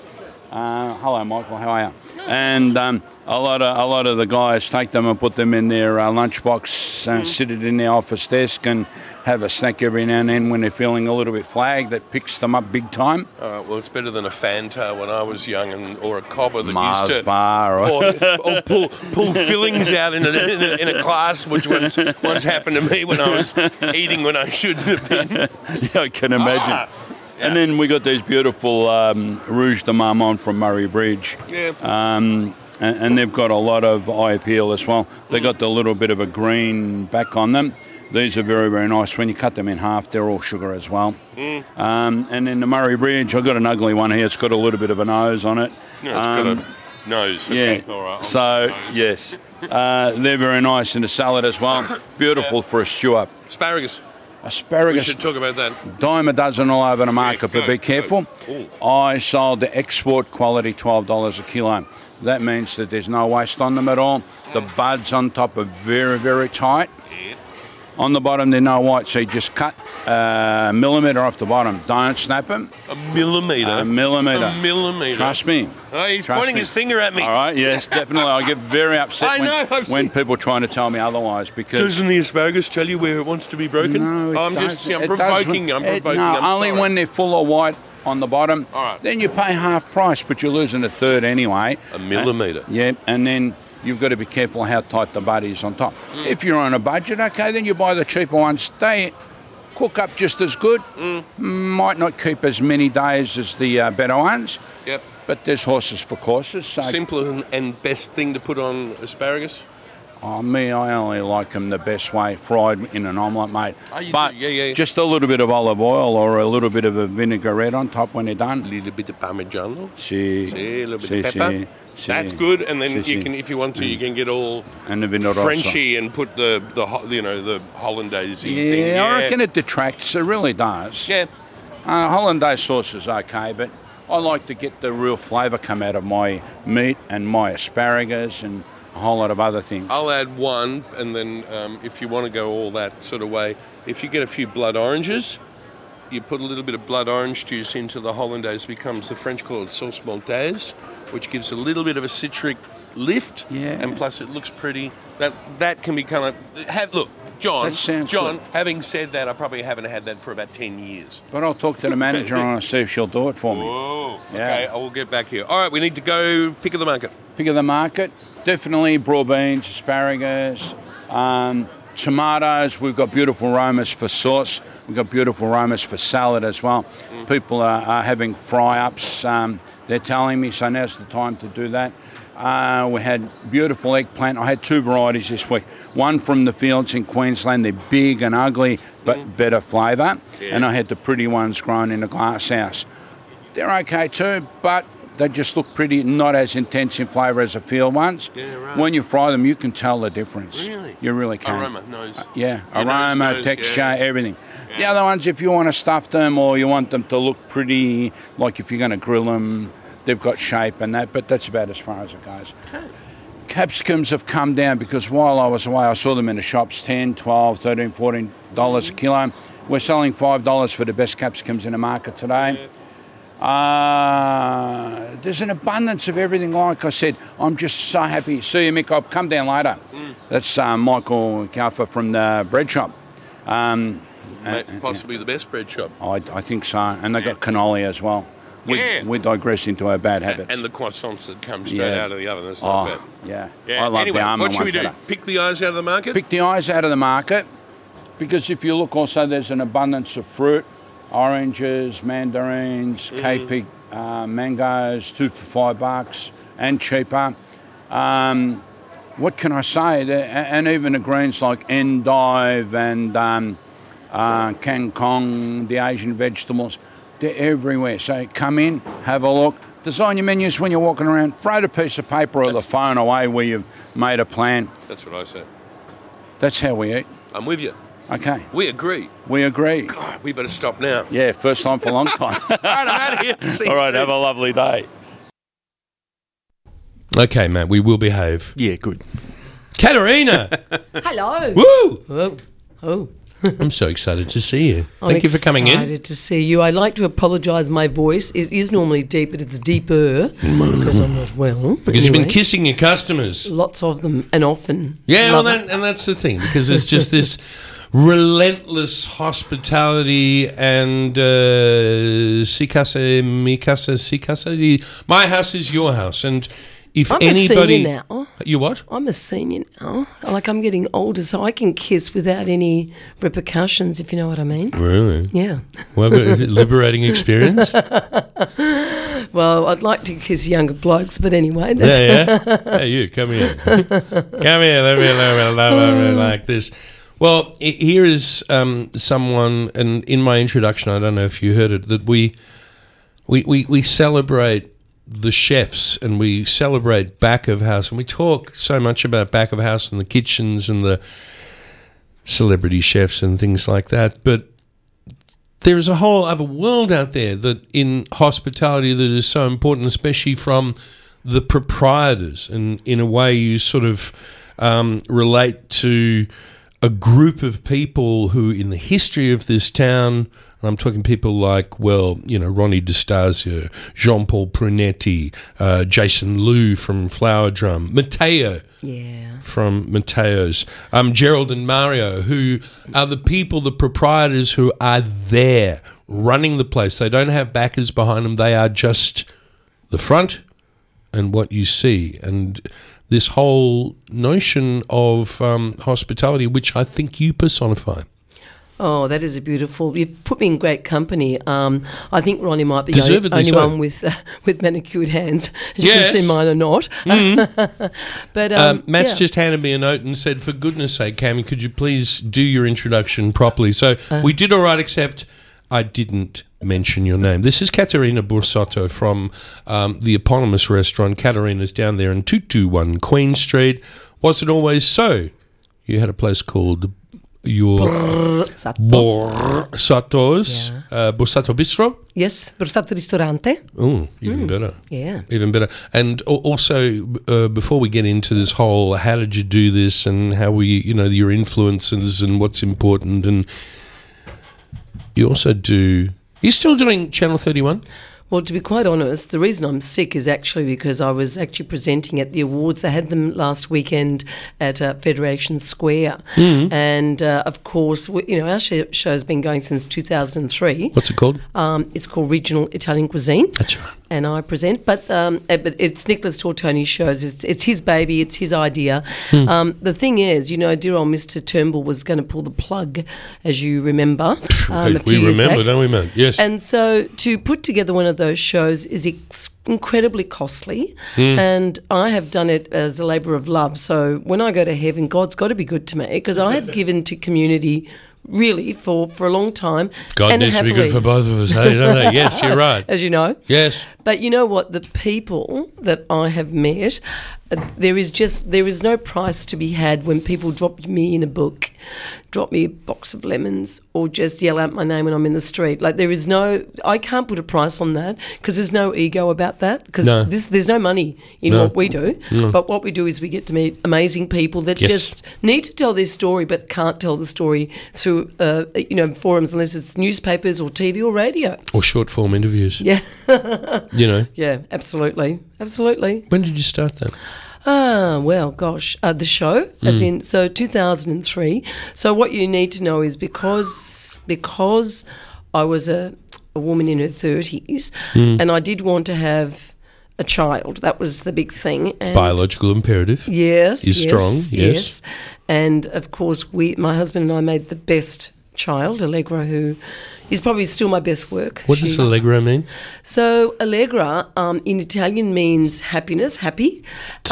E: Uh, hello, Michael. How are you? And um, a lot of a lot of the guys take them and put them in their uh, lunchbox, and sit it in their office desk, and have a snack every now and then when they're feeling a little bit flagged. That picks them up big time.
F: All right, well, it's better than a Fanta when I was young, and or a cobber that
E: Mars
F: used to.
E: bar. Or,
F: Or, or pull, pull fillings out in a, in, a, in a class, which once, once happened to me when I was eating when I shouldn't have been.
E: I can imagine.
F: Ah,
E: And then we got these beautiful um, Rouge de Marmont from Murray Bridge.
F: Yeah.
E: Um, and, and they've got a lot of eye appeal as well. They got the little bit of a green back on them. These are very, very nice. When you cut them in half, they're all sugar as well.
F: Mm.
E: Um, and then the Murray Bridge, I've got an ugly one here. It's got a little bit of a nose on it.
F: no, it's
E: Um,
F: got a nose.
E: yeah.
F: Okay, all right, I'll
E: so,
F: take those.
E: yes. Uh, they're very nice in a salad as well. Beautiful for a stew up.
F: Asparagus. We
E: Asparagus
F: should talk about that.
E: dime a dozen all over the market,
F: Yeah,
E: but
F: go,
E: be careful.
F: go.
E: I sold the export quality $12 a kilo. That means that there's no waste on them at all. The buds on top are very, very tight. On the bottom, they're no white, so you just cut a millimeter off the bottom. Don't snap them.
A: A millimeter.
E: A millimeter.
A: A millimeter.
E: Trust me.
A: Oh, he's
E: Trust
A: pointing
E: me.
A: his finger at me.
E: All right, yes, definitely. I get very upset
A: I
E: when,
A: know, I've
E: when
A: seen-
E: people trying to tell me otherwise because.
A: Doesn't the asparagus tell you where it wants to be broken?
E: No, it
A: I'm just
E: doesn't.
A: see, I'm
E: It
A: provoking.
E: doesn't.
A: I'm
E: It-
A: provoking.
E: no,
A: I'm
E: only
A: sorry.
E: when they're full of white on the bottom.
A: All right.
E: Then you pay half price, but you lose in a third anyway.
A: A millimetre.
E: And, yeah, and then you've got to be careful how tight the butt is on top.
A: Mm.
E: If you're on a budget, okay, then you buy the cheaper ones. They cook up just as good.
A: Mm.
E: Might not keep as many days as the uh, better ones.
A: Yep.
E: But there's horses for courses. So
A: Simple and, and best thing to put on asparagus.
E: Oh, me, I only like them the best way, fried in an omelette, mate.
A: Oh, you do?
E: but
A: Yeah, yeah, yeah.
E: just a little bit of olive oil or a little bit of a vinaigrette on top when they're
A: A
E: done.
A: little bit of parmigiano.
E: See,
A: See, a little bit
E: see,
A: of pepper.
E: see, see.
A: That's good. And then
E: See,
A: you
E: see.
A: can, if you want to,
E: Mm.
A: you can get all
E: and the vinaigrette.
A: Frenchy and put the the ho- you know the hollandaise
E: Yeah,
A: thing.
E: I reckon it detracts. It really does.
A: Yeah.
E: Uh, hollandaise sauce is okay, but I like to get the real flavour come out of my meat and my asparagus and a whole lot of other things.
A: I'll add one, and then um, if you want to go all that sort of way, if you get a few blood oranges, you put a little bit of blood orange juice into the hollandaise, becomes the French call it sauce maltaise, which gives a little bit of a citric lift,
E: Yeah.
A: and plus it looks pretty. That that can be kind of have look. John,
E: That sounds
A: John.
E: good.
A: Having said that, I probably haven't had that for about ten years.
E: But I'll talk to the manager and see if she'll do it for me.
A: Oh,
E: Yeah.
A: okay. I will get back here. All right, we need to go pick of the market.
E: pick of the market. Definitely broad beans, asparagus, um, tomatoes. We've got beautiful aromas for sauce. We've got beautiful aromas for salad as well. People are, are having fry ups. Um, they're telling me, so now's the time to do that. Uh, we had beautiful eggplant. I had two varieties this week. One from the fields in Queensland. They're big and ugly, but better flavour. And I had the pretty ones grown in a glass house they're okay too, but they just look pretty, not as intense in flavour as the field ones.
A: Yeah, right.
E: When you fry them, you can tell the difference.
A: Really?
E: You really can. Uh,
A: Aroma, nose.
E: Yeah,
A: You know,
E: aroma,
A: nose,
E: texture,
A: yeah.
E: everything. The other ones, if you want to stuff them or you want them to look pretty, like if you're going to grill them, they've got shape and that, but that's about as far as it goes. Capsicums have come down because while I was away, I saw them in the shops 10, 12, 13, 14 dollars a kilo. We're selling five dollars for the best capsicums in the market today. Uh, there's an abundance of everything. Like I said, I'm just so happy. See you, Mick. I'll come down later.
A: Mm.
E: That's uh, Michael Kalfa from the bread shop. Um,
A: Ma- possibly the best bread shop.
E: I, I think so. And they got cannoli as well. We,
A: Yeah.
E: we digress into our bad habits.
A: And the croissants that come straight
E: Yeah.
A: out of the oven. That's not
E: oh,
A: bad.
E: yeah.
A: Yeah.
E: I love
A: anyway,
E: the almond
A: what should we
E: ones
A: do?
E: better.
A: Pick the eyes out of the market.
E: Pick the eyes out of the market because if you look also, there's an abundance of fruit oranges, mandarins, KP uh, mangoes, two for five bucks and cheaper. Um, what can I say? The- a- And even the greens like endive and um, uh, kangkong, the Asian vegetables, they're everywhere. So come in, have a look. Design your menus when you're walking around. Throw the piece of paper or the phone away where you've made a plan.
A: That's what I say.
E: That's how we eat.
A: I'm with you.
E: Okay,
A: We agree.
E: we agree.
A: God, we better stop now.
E: Yeah, first time for a long time.
A: All right, I'm out of here. See you
E: All right,
A: soon.
E: have a lovely day.
A: Okay, mate, we will behave.
C: Yeah, good.
A: Katerina!
G: Hello.
A: Woo!
G: Oh, oh.
A: I'm so excited to see you.
G: I'm
A: Thank you for coming in.
G: Excited to see you. I like to apologise. My voice it is normally deep, but it's deeper because I'm not well. But
A: Because you've been
G: anyway,
A: kissing your customers.
G: Lots of them and often.
A: Yeah, well,
G: Love
A: that, and that's the thing, because it's just this relentless hospitality and uh, si casa, mi casa, si casa. di- My house is your house. And if
G: I'm a senior
A: anybody.
G: now.
A: You what?
G: I'm a senior now. Like I'm getting older, so I can kiss without any repercussions, if you know what I mean.
A: Really?
G: Yeah.
A: Well, but is it liberating experience? yeah,
G: Well, I'd like to kiss younger blokes, but anyway, that's
A: yeah. Hey, you, come here. come here. Let me, let me, let me, like this. Well, i here is um, someone, and in my introduction, I don't know if you heard it, that we we, we, we celebrate the chefs and we celebrate back of house and we talk so much about back of house and the kitchens and the celebrity chefs and things like that but there's a whole other world out there that in hospitality that is so important especially from the proprietors and in a way you sort of um, relate to a group of people who, in the history of this town, and I'm talking people like, well, you know, Ronnie DeStasio, Jean Paul Prunetti, uh, Jason Liu from Flower Drum, Matteo
G: Yeah.
A: from Mateo's, um, Gerald and Mario, who are the people, the proprietors who are there running the place. They don't have backers behind them. They are just the front and what you see. And this whole notion of um, hospitality, which I think you personify.
G: Oh, that is a beautiful. You've put me in great company. Um, I think Ronnie might be the only,
A: Deservedly
G: only
A: so.
G: one with uh, with manicured hands. As
A: Yes. Mm-hmm.
G: You can see mine are not. but um,
A: Um, Matt's
G: yeah.
A: just handed me a note and said, "For goodness' sake, Cam, could you please do your introduction properly?" So we did all right, except I didn't mention your name. This is Caterina Borsotto from um, the eponymous restaurant. Caterina's down there in two two one Queen Street. Was it always so? You had a place called your
G: Sato.
A: Borsato's uh, Borsato Bistro.
G: yes, Borsato Ristorante.
A: Oh, even better.
G: Mm. Yeah.
A: Even better. And al- also, b- uh, before we get into this whole how did you do this and how we, you know, your influences and what's important, and you also do. You're still doing Channel 31?
G: Well, to be quite honest, the reason I'm sick is actually because I was actually presenting at the awards. I had them last weekend at uh, Federation Square,
A: Mm-hmm.
G: and uh, of course, we, you know our sh- show's been going since 2003.
A: What's it called?
G: Um, it's called Regional Italian Cuisine.
A: That's right.
G: and I present. But um, eh, but it's Nicholas Tortoni's shows. It's, it's his baby. It's his idea.
A: Hmm.
G: Um, the thing is, you know, dear old Mister Turnbull was going to pull the plug, as you remember. um, a few
A: we
G: years
A: remember,
G: back.
A: don't we, man? Yes.
G: And so to put together one of those shows is ex- incredibly costly.
A: Hmm.
G: And I have done it as a labour of love. So when I go to heaven, God's got to be good to me because I have given to community really for, for a long time.
A: God
G: and
A: needs to be
G: happily,
A: good for both of us, eh? don't they? Yes, you're right.
G: As you know.
A: Yes.
G: But you know what? The people that I have met, uh, there is just there is no price to be had when people drop me in a book, drop me a box of lemons, or just yell out my name when I'm in the street. Like there is no, I can't put a price on that because there's no ego about that because
A: No.
G: this there's no money in
A: No.
G: what we do. But what we do is we get to meet amazing people that
A: Yes.
G: just need to tell their story but can't tell the story through uh, you know forums unless it's newspapers or TV or radio.
A: Or short form interviews.
G: Yeah.
A: You know.
G: Yeah, absolutely, absolutely.
A: When did you start that?
G: Ah, well, gosh, uh, the show,
A: Hmm.
G: as in, so 2003. So what you need to know is because because I was a, a woman in her 30s,
A: Hmm.
G: and I did want to have a child. That was the big thing. And
A: Biological imperative.
G: Yes,
A: is
G: yes,
A: strong, yes.
G: And of course, we, my husband and I, made the best child, Allegra, who is probably still my best work.
A: What
G: She-
A: does Allegro mean?
G: so Allegra um, in Italian means happiness, happy.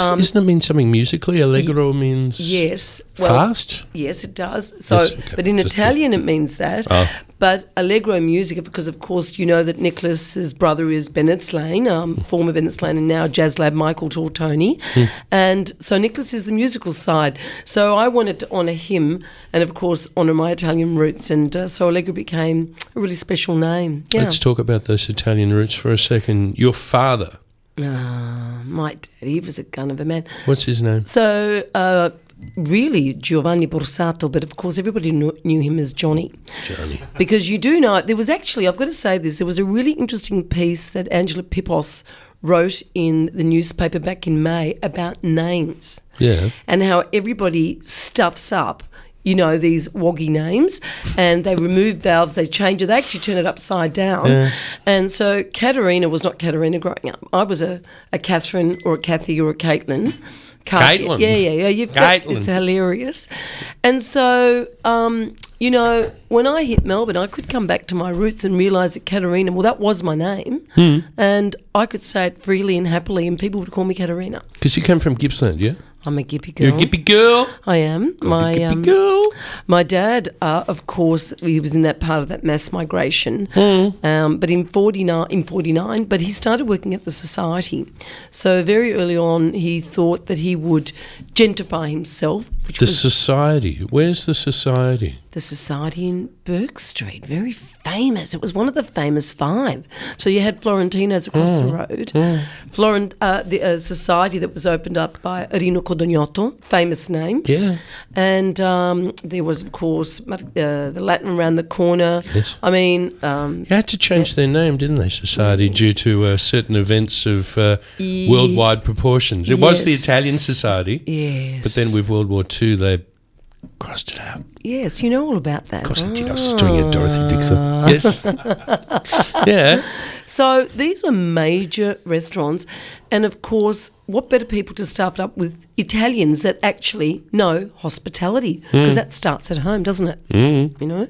G: Um,
A: Doesn't it mean something musically? Allegro means
G: yes.
A: fast?
G: Yes, it does. So,
A: Yes, okay,
G: but in
A: just to-
G: Italian, it means that.
A: Ah.
G: But Allegro music, because of course you know that Nicholas's brother is Bennett Slane, um,
A: Mm.
G: former Bennett Slane, and now jazz lab Michael Tortoni,
A: Hmm.
G: and so Nicholas is the musical side. So I wanted to honour him, and of course honour my Italian roots, and uh, so Allegro became a really special name. Yeah,
A: Let's talk about those Italian roots for a second. Your father,
G: Ah, my daddy was a gun of a man.
A: what's his name?
G: So, uh, really, Giovanni Borsato, but of course, everybody knew, knew him as Johnny. Johnny. Because you do know, there was actually, I've got to say this, there was a really interesting piece that Angela Pipos wrote in the newspaper back in May about names
A: Yeah.
G: and how everybody stuffs up. You know these woggy names, and they remove valves, they change it, they actually turn it upside down. And so Katerina was not Katerina growing up. I was a, a Catherine or a Kathy or a Caitlin. Cartier.
A: Caitlin.
G: Yeah, yeah, yeah. You've got,
A: Caitlin.
G: it's hilarious. And so, um, you know, when I hit Melbourne, I could come back to my roots and realise that Katerina, well, that was my name,
A: Hmm.
G: and I could say it freely and happily, and people would call me Katerina.
A: Because you came from Gippsland, yeah?
G: I'm a gippy girl.
A: You're a Gippy girl.
G: I am. my
A: Gippy
G: um,
A: girl.
G: my dad, uh, of course, he was in that part of that mass migration. Um, but in forty nine, in forty nine, but he started working at the society. So very early on, he thought that he would gentrify himself, which
A: The
G: was
A: society. Where's the society?
G: the the Society in Burke Street, very famous. It was one of the famous five. So you had Florentinos across the road, Florent, uh, the uh, society that was opened up by Rino Codognato, famous name.
A: Yeah.
G: And um, there was, of course, Mar- uh, the Latin around the corner.
A: Yes.
G: I mean, um,
A: You had to change their name, didn't they,
G: Mm.
A: Society, due to uh, certain events of uh, worldwide proportions. It was the
G: Yes.
A: Italian Society,
G: yes.
A: but then with World War II, they crossed it out.
G: yes, you know all about that.
A: Of course they did. I was just doing a Dorothy Dixon.
G: Ah.
A: Yes. yeah.
G: So these were major restaurants, and of course, what better people to start it up with Italians that actually know hospitality because that starts at home, doesn't it? Mm. You know,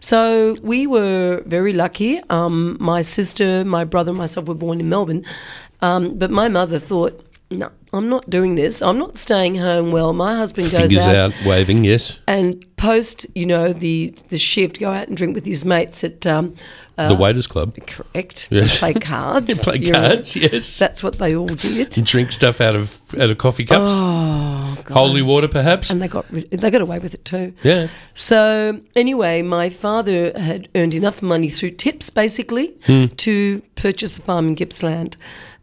G: so we were very lucky. Um, my sister, my brother, and myself were born in Melbourne, um, but my mother thought, "No, I'm not doing this. I'm not staying home. Well, my husband goes
A: Fingers
G: out
A: out, waving, yes.
G: and post, you know, the the shift, go out and drink with his mates at." Um,
A: the Waiters Club.
G: Correct.
A: Yes.
G: Play cards.
A: They play
G: You're right.
A: cards, yes.
G: That's what they all did.
A: and drink stuff out of out of coffee cups.
G: Oh God!
A: Holy water, perhaps.
G: And they got rid- they got away with it too.
A: yeah.
G: So anyway, my father had earned enough money through tips, basically,
A: Hmm.
G: to purchase a farm in Gippsland,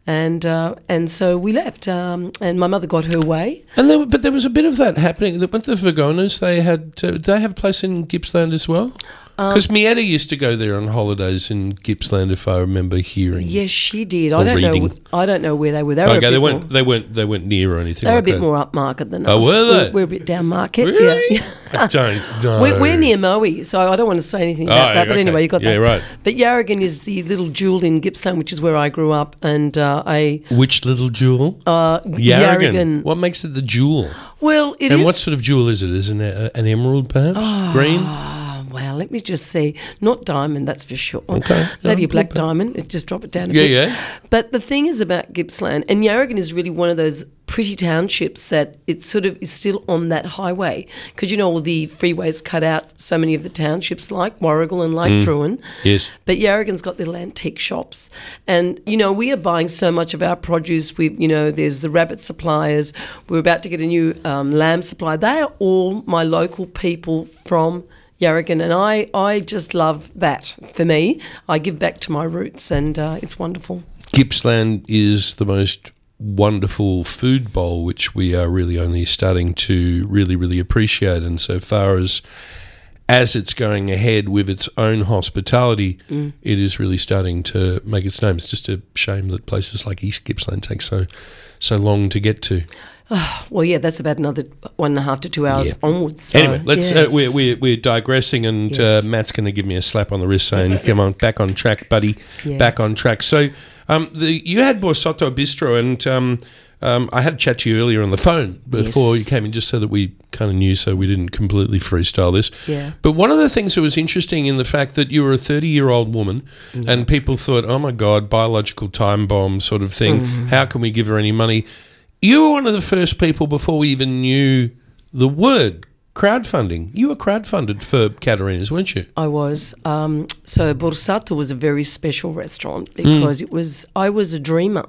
G: and uh, and so we left. Um, and my mother got her way.
A: And there, but there was a bit of that happening. The- Weren't the Vagonas? They had. Uh, did they have a place in Gippsland as well?
G: Um,
A: Because Mietta used to go there on holidays in Gippsland, if I remember hearing.
G: Yes, she did.
A: Or
G: I don't know.
A: reading.
G: I don't know where they were. They were a
A: okay,
G: bit
A: they
G: more-
A: weren't. They weren't. They weren't near or anything.
G: They were a
A: like
G: bit
A: that.
G: more upmarket than
A: Oh,
G: us.
A: were they?
G: We're, we're a bit down market.
A: Really?
G: Yeah.
A: I don't know.
G: We're, we're near Moe, so I don't want to say anything
A: Oh,
G: about that. But
A: okay.
G: anyway, you got
A: Yeah,
G: that.
A: right.
G: But Yarragon is the little jewel in Gippsland, which is where I grew up, and uh, I
A: Which little jewel?
G: uh,
A: Yarragon.
G: Yarragon.
A: What makes it the jewel?
G: Well, it is.
A: and what sort of jewel is it? Is it an, an emerald, perhaps? Green?
G: Ah, well, let me just see. Not diamond, that's for sure.
A: Okay.
G: Maybe
A: Yeah,
G: a black
A: okay.
G: diamond. It just drop it down a
A: Yeah,
G: bit.
A: yeah.
G: But the thing is about Gippsland, and Yarragon is really one of those pretty townships that it sort of is still on that highway because you know all the freeways cut out so many of the townships like Warrigal and like Druin.
A: Yes.
G: But Yarragon's got little antique shops, and you know we are buying so much of our produce. We, you know, there's the rabbit suppliers. We're about to get a new um, lamb supply. They are all my local people from Yarragon, and I, I just love that. For me, I give back to my roots, and uh, it's wonderful.
A: Gippsland is the most wonderful food bowl, which we are really only starting to really, really appreciate. And so far as as it's going ahead with its own hospitality, it is really starting to make its name. It's just a shame that places like East Gippsland take so so long to get to.
G: Well, yeah, that's about another one and a half to two hours onwards. so-
A: anyway, let's uh,
G: Yes.
A: we're, we're we're digressing, and
G: Yes.
A: uh, Matt's going to give me a slap on the wrist saying, "Come on, back on track, buddy,
G: Yeah.
A: back on track." So, um, the you had Borsotto Bistro, and um, um, I had a chat to you earlier on the phone before
G: Yes.
A: you came in, just so that we kind of knew, so we didn't completely freestyle this.
G: Yeah.
A: But one of the things that was interesting in the fact that you were a 30 year old woman and people thought, oh my God, biological time bomb sort of thing.
G: Mm-hmm.
A: How can we give her any money? You were one of the first people before we even knew the word crowdfunding. You were crowdfunded for Katarina's, weren't you?
G: I was. Um, so Borsato was a very special restaurant
A: Hmm.
G: because it was. I was a dreamer,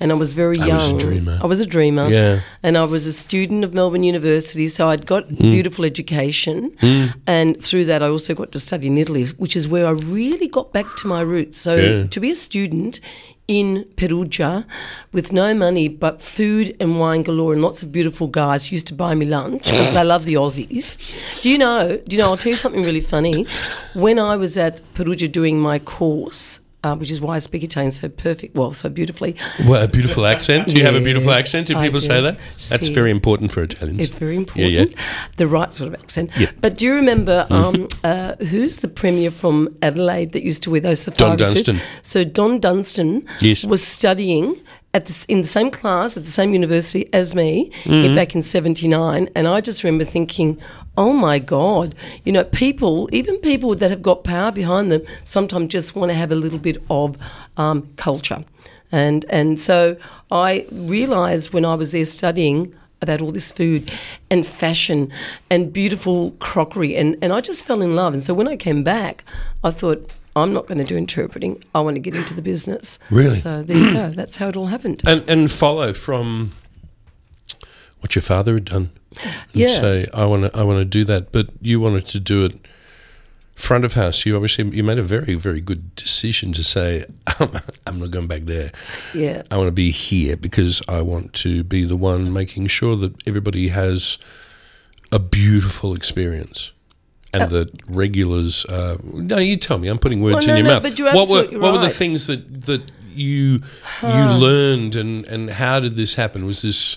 G: and I was very
A: was
G: young.
A: a dreamer.
G: I was a dreamer.
A: Yeah.
G: And I was a student of Melbourne University, so I'd got beautiful education, and through that I also got to study in Italy, which is where I really got back to my roots. So
A: Yeah.
G: to be a student. In Perugia, with no money but food and wine galore, and lots of beautiful guys used to buy me lunch because they love the Aussies. Do you know? Do you know? I'll tell you something really funny. When I was at Perugia doing my course, uh, which is why I speak Italian so perfect, well, so beautifully,
A: Well, a beautiful accent. Do you have a beautiful
G: Yes,
A: accent? Do
G: I
A: people
G: do.
A: say that? That's
G: See.
A: very important for Italians.
G: It's very
A: Yeah,
G: important.
A: yeah.
G: The right sort of accent.
A: Yeah.
G: But do you remember
A: Mm-hmm.
G: um, uh, who's the premier from Adelaide that used to wear those safari
A: Don Dunstan.
G: suits? So Don Dunstan
A: Yes.
G: was studying at the, s- in the same class at the same university as me in- back in '79, and I just remember thinking. Oh my God! You know, people, even people that have got power behind them, sometimes just want to have a little bit of um, culture, and and so I realised when I was there studying about all this food and fashion and beautiful crockery and, and I just fell in love. And so when I came back, I thought, I'm not going to do interpreting. I want to get into the business.
A: Really?
G: So there you
A: Uh,
G: go. That's how it all happened.
A: and and follow from what your father had done. and
G: Yeah.
A: say I want to I want to do that, but you wanted to do it front of house. You obviously you made a very very good decision to say I'm not going back there.
G: Yeah.
A: I want to be here because I want to be the one making sure that everybody has a beautiful experience. And that regulars, uh, no, you tell me. I'm putting words
G: Uh, Well,
A: in
G: no,
A: your
G: no,
A: mouth.
G: but you're
A: what were
G: absolutely
A: what were the
G: right.
A: things that that you you learned, and and how did this happen? Was this,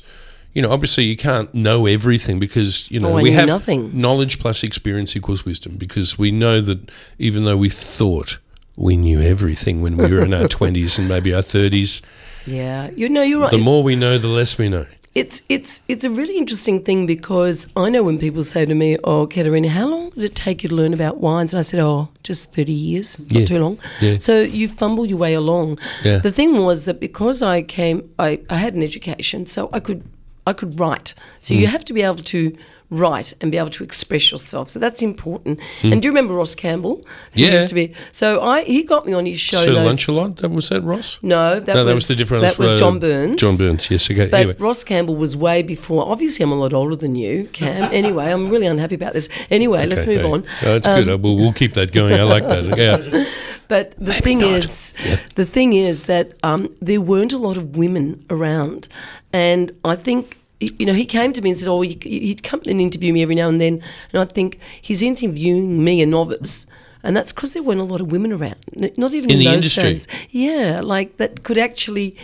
A: you know, obviously you can't know everything because you know
G: Oh, I
A: we
G: knew
A: have
G: nothing.
A: knowledge plus experience equals wisdom because we know that even though we thought we knew everything when we were in our twenties and maybe our thirties,
G: Yeah. You know, you're right.
A: the more we know, the less we know.
G: It's it's it's a really interesting thing because I know when people say to me, "Oh, Katerina, how long did it take you to learn about wines?" and I said, "Oh, just thirty years, not
A: Yeah.
G: too long."
A: Yeah.
G: So you fumble your way along.
A: Yeah.
G: The thing was that because I came, I, I had an education, so I could I could write. So
A: Mm.
G: you have to be able to write and be able to express yourself. So that's important. And do you remember Ross Campbell? Who
A: Mm. Yeah.
G: Used to be. So I he got me on his show.
A: Sir
G: those-
A: Lunchalot, that was that Ross?
G: No, that,
A: no,
G: was,
A: that was the different.
G: That was
A: uh,
G: John Burns.
A: John Burns. Yes. Okay.
G: But
A: anyway,
G: Ross Campbell was way before. Obviously, I'm a lot older than you, Cam. anyway, I'm really unhappy about this. Anyway, let's
A: Okay,
G: move
A: hey.
G: on. Um,
A: No, that's good. Uh, We'll, we'll keep that going. I like that. Yeah.
G: But the thing is, the thing is that um, there weren't a lot of women around, and I think. You know, he came to me and said, "Oh, you- he'd come and interview me every now and then," and I think he's interviewing me a novice, and that's because there weren't a lot of women around, n- not even
A: In
G: in,
A: the
G: those
A: industry.
G: days. Yeah, like that could actually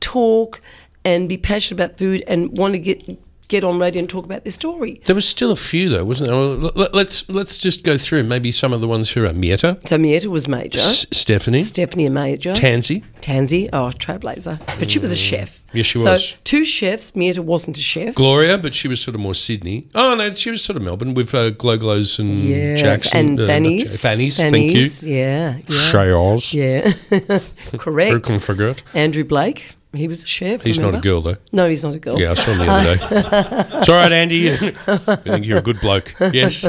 G: talk and be passionate about food and want to get get on radio and talk about their story.
A: There was still a few though, wasn't there? Well, l- l- let's let's just go through maybe some of the ones who are Mieta,
G: So Mieta was major,
A: S- Stephanie,
G: Stephanie a major,
A: Tansy.
G: Tansy, oh, trailblazer. But she was a chef.
A: Yes, she
G: so
A: was.
G: two chefs. Mieta wasn't a chef.
A: Gloria, but she was sort of more Sydney. Oh no, she was sort of Melbourne with uh, Glow Glows and
G: Yeah.
A: Jackson
G: And
A: uh, not
G: Fanny's.
A: Jack- Fanny's, thank you.
G: Fanny's, Yeah. Yeah.
A: Shayars,
G: yeah. Correct.
A: Brooklyn Frigate.
G: Andrew Blake. He was a chef.
A: He's not a
G: remember?
A: girl though.
G: No, he's not a girl.
A: Yeah, I saw him the other day. it's all right, Andy. I think you're a good bloke. Yes,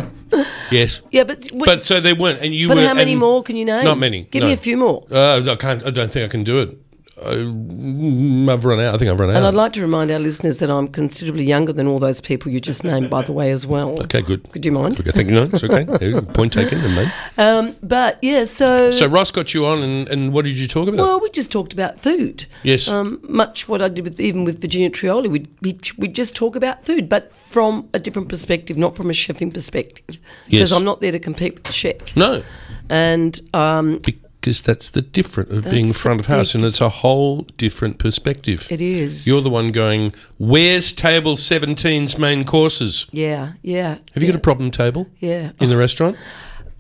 A: yes.
G: Yeah, but w-
A: But so they weren't, and you.
G: but
A: were,
G: how many
A: and-
G: more can you name?
A: Not many.
G: Give
A: no.
G: me a few more.
A: Uh, I can't. I don't think I can do it. I, mm, I've run out. I think I've run out.
G: And I'd like to remind our listeners that I'm considerably younger than all those people you just named, by the way, as well.
A: okay, good.
G: Do you mind?
A: Okay, thank you. No, it's okay. Yeah, Point taken, then, mate.
G: But yeah,
A: So Ross got you on, and, and what did you talk about?
G: Well, we just talked about food.
A: Yes.
G: Um, much what I did with even with Virginia Trioli, we'd, we'd we'd just talk about food, but from a different perspective, not from a chefing perspective,
A: Yes.
G: because I'm not there to compete with the chefs.
A: no,
G: And um,
A: because that's the different of being
G: That's
A: front of
G: the big
A: house, and it's a whole different perspective.
G: it is.
A: You're the one going. Where's table 17's main courses?
G: yeah, yeah.
A: Have you got a problem table?
G: Yeah. Um,
A: In the restaurant?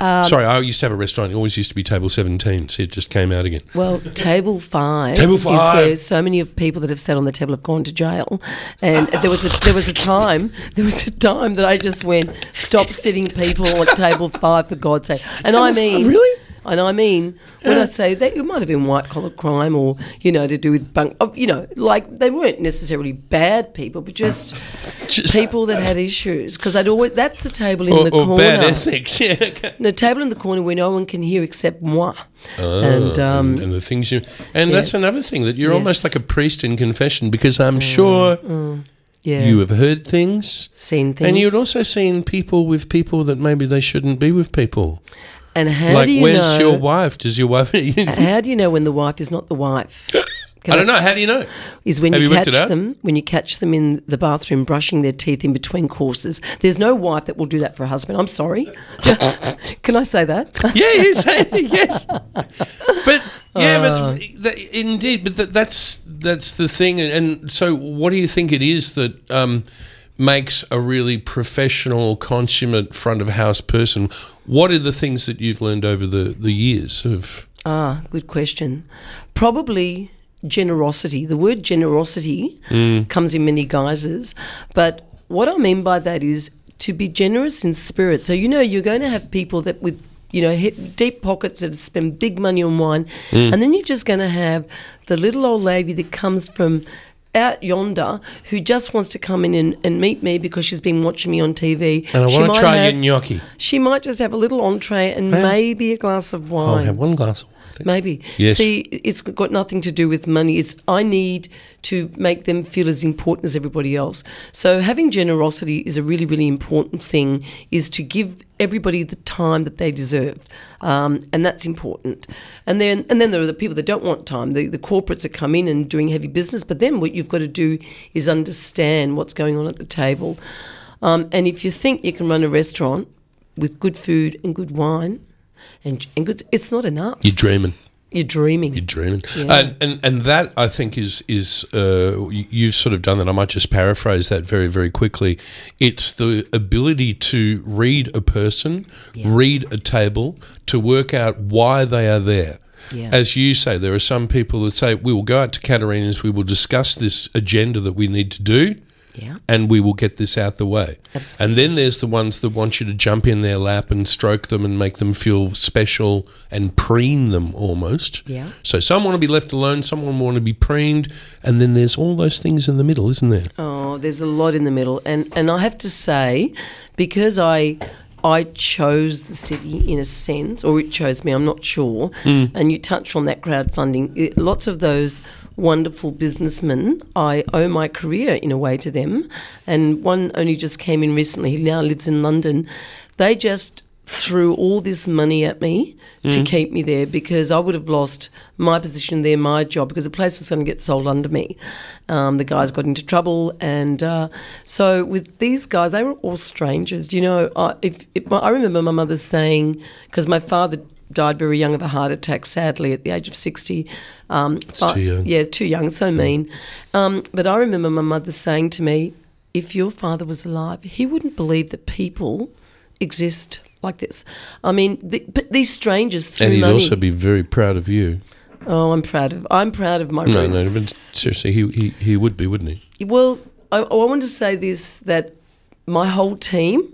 A: Sorry, I used to have a restaurant. It always used to be table 17, so it just came out again.
G: Well, table five,
A: Table
G: is where
A: five.
G: so many of people that have sat on the table have gone to jail. And there was a, there was a time there was a time that I just went stop sitting people on table five for God's sake. And I mean really. And I mean, when I say that, it might have been white collar crime or, you know, to do with bunk, oh, you know, like they weren't necessarily bad people, but just
A: Just-
G: people that had issues. Because I'd always, that's the table in
A: or,
G: the
A: or
G: corner.
A: bad ethics. Yeah, okay.
G: No, table in the corner where no one can hear except moi. and, um,
A: Oh, and, and the things you. And that's another thing that you're almost
G: Yes. Mm,
A: like a priest in confession because I'm sure
G: yeah.
A: you have heard things.
G: seen things.
A: And you'd also seen people with people that maybe they shouldn't be with people.
G: And how
A: like,
G: do you
A: where's
G: know?
A: your wife? Does your wife? I
G: How do you know when the wife is not the wife? Can
A: don't know. How do you know?
G: Is when
A: Have
G: you
A: you worked it
G: catch
A: out?
G: them when you catch them in the bathroom brushing their teeth in between courses. There's no wife that will do that for a husband. I'm sorry. Can I say that?
A: Yeah, yes, yes. But yeah, but th- indeed, but th- that's that's the thing. And, and so, what do you think it is that um, makes a really professional, consummate front of house person? What are the things that you've learned over the the years of?
G: Ah, good question. Probably generosity. The word generosity
A: Hmm.
G: comes in many guises, but what I mean by that is to be generous in spirit. So you know you're going to have people that with you know hit deep pockets that spend
A: Hmm.
G: big money on wine, and then you're just going to have the little old lady that comes from out yonder who just wants to come in and, and meet me because she's been watching me on TV.
A: And I
G: She
A: want to
G: might
A: try
G: have-
A: your gnocchi.
G: She might just have a little entree and maybe a glass of
A: I'll
G: wine.
A: have one glass of wine. thank you.
G: Maybe.
A: Yes.
G: See, it's got nothing to do with money. It's I need to make them feel as important as everybody else. So having generosity is a really, really important thing. Is to give everybody the time that they deserve, um, and that's important. And then, and then there are the people that don't want time. The, the corporates that come in and doing heavy business. But then what you've got to do is understand what's going on at the table. Um, and if you think you can run a restaurant with good food and good wine. And, and good, it's not enough.
A: You're dreaming.
G: You're dreaming.
A: You're dreaming,
G: Mm. Yeah.
A: and, and and that I think is is uh, you- you've sort of done that. I might just paraphrase that very very quickly. It's the ability to read a person, read a table, to work out why they are there.
G: Yeah.
A: As you say, there are some people that say we will go out to Katarina's, we will discuss this agenda that we need to do.
G: yeah.
A: and we will get this out the way.
G: Absolutely.
A: And then there's the ones that want you to jump in their lap and stroke them and make them feel special and preen them almost.
G: Yeah.
A: So some want to be left alone, someone want to be preened, and then there's all those things in the middle, isn't there?
G: Oh, there's a lot in the middle, and and I have to say, because I. I chose the city in a sense, or it chose me, I'm not sure. And you touched on that crowdfunding. It- lots of those wonderful businessmen, I owe my career in a way to them. And one only just came in recently, he now lives in London. They just threw all this money at me
A: Mm.
G: to keep me there because I would have lost my position there, my job, because the place was going to get sold under me. Um, the guys got into trouble, and uh, so with these guys, they were all strangers. You know, I, if, if I remember my mother saying, because my father died very young of a heart attack, sadly at the age of sixty. Um, but-
A: too young.
G: Yeah, too young. So mean. Um, but I remember my mother saying to me, "If your father was alive, he wouldn't believe that people." exist like this. I mean, th but these strangers threw
A: and he'd
G: money.
A: also be very proud of you.
G: oh, I'm proud of I'm proud of my
A: No, no, but
G: roots.
A: seriously, he, he, he would be, wouldn't he?
G: Well, I, I want to say this that my whole team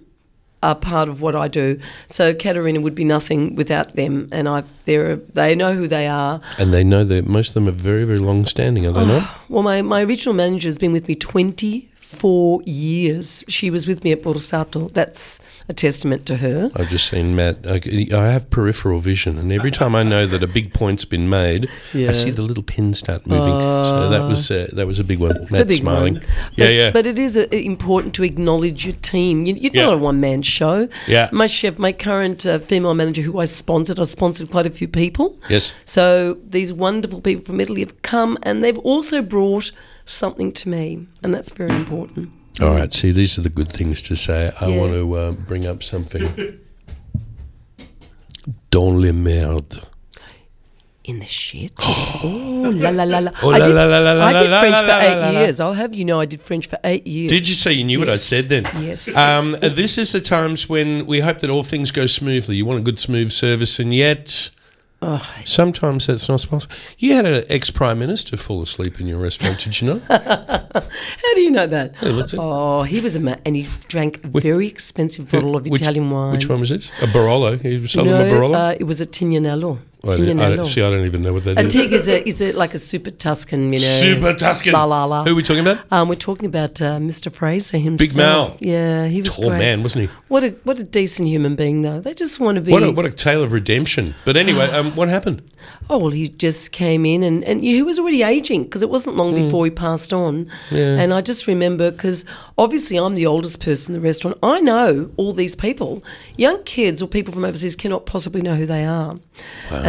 G: are part of what I do. So Katerina would be nothing without them, and I they're they know who they are.
A: And they know that most of them are very, very long standing, are they not?
G: Well, my, my original manager has been with me 24 years. She was with me at Borsato. That's a testament to her.
A: I've just seen Matt. I, I have peripheral vision, and every time I know that a big point's been made, I
G: Yeah.
A: see the little pins start moving. so that was uh, that was a big one. Matt's
G: big
A: smiling.
G: one.
A: Yeah,
G: but,
A: yeah.
G: But it is uh important to acknowledge your team. You, you're
A: Yeah.
G: not a one man show.
A: Yeah.
G: My chef, my current uh, female manager, who I sponsored, I sponsored quite a few people.
A: yes.
G: So these wonderful people from Italy have come, and they've also brought something to me, and that's very important.
A: All right. See, these are the good things to say. I
G: Yeah.
A: want to uh, bring up something. Dans les merdes.
G: In the shit. oh la la la la.
A: Oh,
G: I
A: la,
G: did,
A: la, la, la, la,
G: I did
A: la,
G: French
A: la, la,
G: for eight
A: la, la.
G: years. I'll have you know, I did French for eight years.
A: Did you say you knew what I
G: Yes.
A: said then?
G: Yes.
A: Um, and this is the times when we hope that all things go smoothly. You want a good, smooth service, and yet sometimes that's not possible. You had an ex prime minister fall asleep in your restaurant, did you not?
G: How do you know that?
A: looked it.
G: Oh, he was a man, and he drank a very expensive bottle of
A: Which-
G: Italian wine.
A: Which one was this? A Barolo. You sold him a Barolo? Oh,
G: Uh, it was a Tignanello.
A: I don't- I don't- see,
G: Tignanello.
A: I don't even know what that
G: A
A: is.
G: tig is a is a like a super Tuscan, you know.
A: Super Tuscan.
G: La la la.
A: Who are we talking about?
G: Um, we're talking about uh, Mr. Fraser himself.
A: Mel.
G: Yeah, he was
A: Tall
G: great.
A: man, wasn't he?
G: What a what a decent human being though. They just want to be.
A: What a, what a tale of redemption. But anyway, um, what happened?
G: oh well, he just came in and and he was already aging because it wasn't long before he passed on.
A: Hmm. Yeah.
G: And I just remember because obviously I'm the oldest person in the restaurant. I know all these people. Young kids or people from overseas cannot possibly know who they are.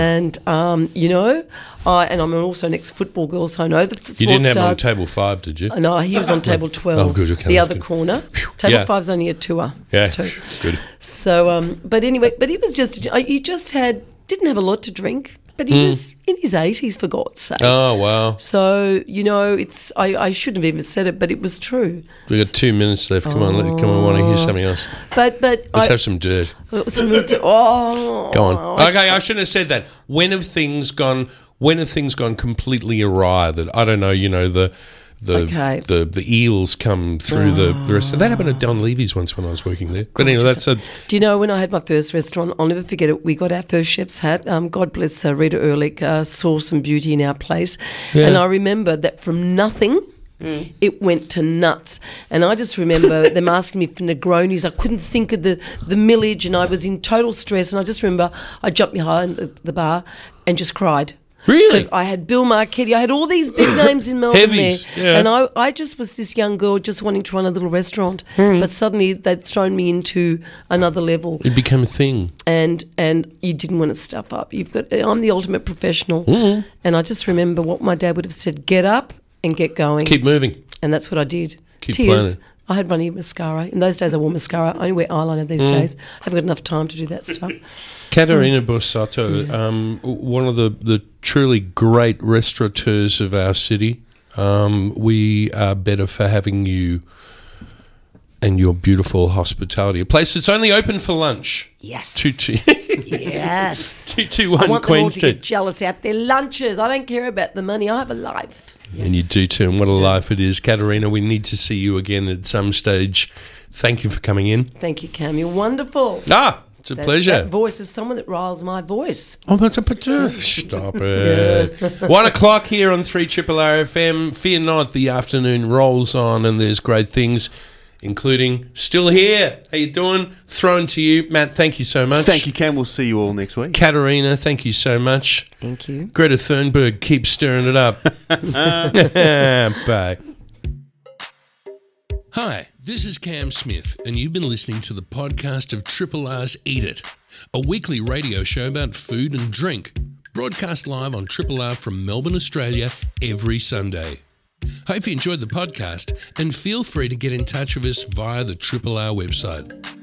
G: And um, you know, I and I'm also an ex-football girl, so I know the sports
A: You didn't have him on
G: stars.
A: table five, did you?
G: No, he was on table 12,
A: Oh, good, okay,
G: the
A: that's
G: other
A: good.
G: corner. Table
A: Yeah.
G: five's only a tour.
A: Yeah.
G: Two.
A: Good.
G: So, um, but anyway, but he was just, uh, he just had, didn't have a lot to drink, but he was in his 80s, for God's sake.
A: Hmm. Oh, wow.
G: so, you know, it's, I, I shouldn't have even said it, but it was true.
A: we got two minutes left. Come on, let, come on. I want to hear something else.
G: But, but,
A: Let's
G: I,
A: have some dirt.
G: oh,
A: Go on. Okay, I shouldn't have said that. When have things gone? When have things gone completely awry? That I don't know. You know the. The,
G: Okay.
A: the the eels come through the, the rest. That happened at Don Levy's once when I was working there.
G: Oh,
A: But anyway, that's a
G: Do you know when I had my first restaurant? I'll never forget it. We got our first chef's hat. Um, God bless uh, Rita Ehrlich, uh, saw some beauty in our place. And I remember that from nothing, It went to nuts. And I just remember them asking me for Negronis. I couldn't think of the, the millage and I was in total stress. And I just remember I jumped behind the, the bar and just cried.
A: Really?
G: 'Cause I had Bill Marchetti. I had all these big names in Melbourne
A: Heavies,
G: there.
A: yeah.
G: And I, I just was this young girl just wanting to run a little restaurant. But suddenly they'd thrown me into another level
A: Hmm. It became a thing.
G: and and you didn't want to stuff up. You've got I'm the ultimate professional,
A: Hmm.
G: and I just remember what my dad would have said: get up and get going,
A: Keep moving.
G: and that's what I did.
A: keep
G: Tears.
A: playing.
G: I had runny mascara. In those days, I wore mascara. I only wear eyeliner these
A: Hmm.
G: days. I haven't got enough time to do that stuff.
A: Caterina Borsato, um, w- one of the, the truly great restaurateurs of our city. Um, we are better for having you and your beautiful hospitality. A place that's only open for lunch.
G: Yes.
A: Two two
G: Yes.
A: two two
G: I
A: one
G: want them
A: Queen
G: all to get
A: Street.
G: jealous out their lunches. I don't care about the money. I have a life.
A: And you do too. And what a life it is. Caterina, we need to see you again at some stage. Thank you for coming in.
G: Thank you, Cam. You're wonderful.
A: Ah, it's a
G: That-
A: pleasure.
G: That voice is someone that riles my voice.
A: Oh, but a potato. Stop it. One o'clock here on 3 Triple R FM. Fear not, the afternoon rolls on and there's great things, including still here. How you doing? Thrown to you. Matt, thank you so much.
C: Thank you, Cam. We'll see you all next week.
A: Katerina, thank you so much.
G: Thank you.
A: Greta Thunberg keeps stirring it up. Bye. Hi, this is Cam Smith, and you've been listening to the podcast of Triple R's Eat It, a weekly radio show about food and drink, broadcast live on Triple R from Melbourne, Australia, every Sunday. Hope you enjoyed the podcast, and feel free to get in touch with us via the Triple R website.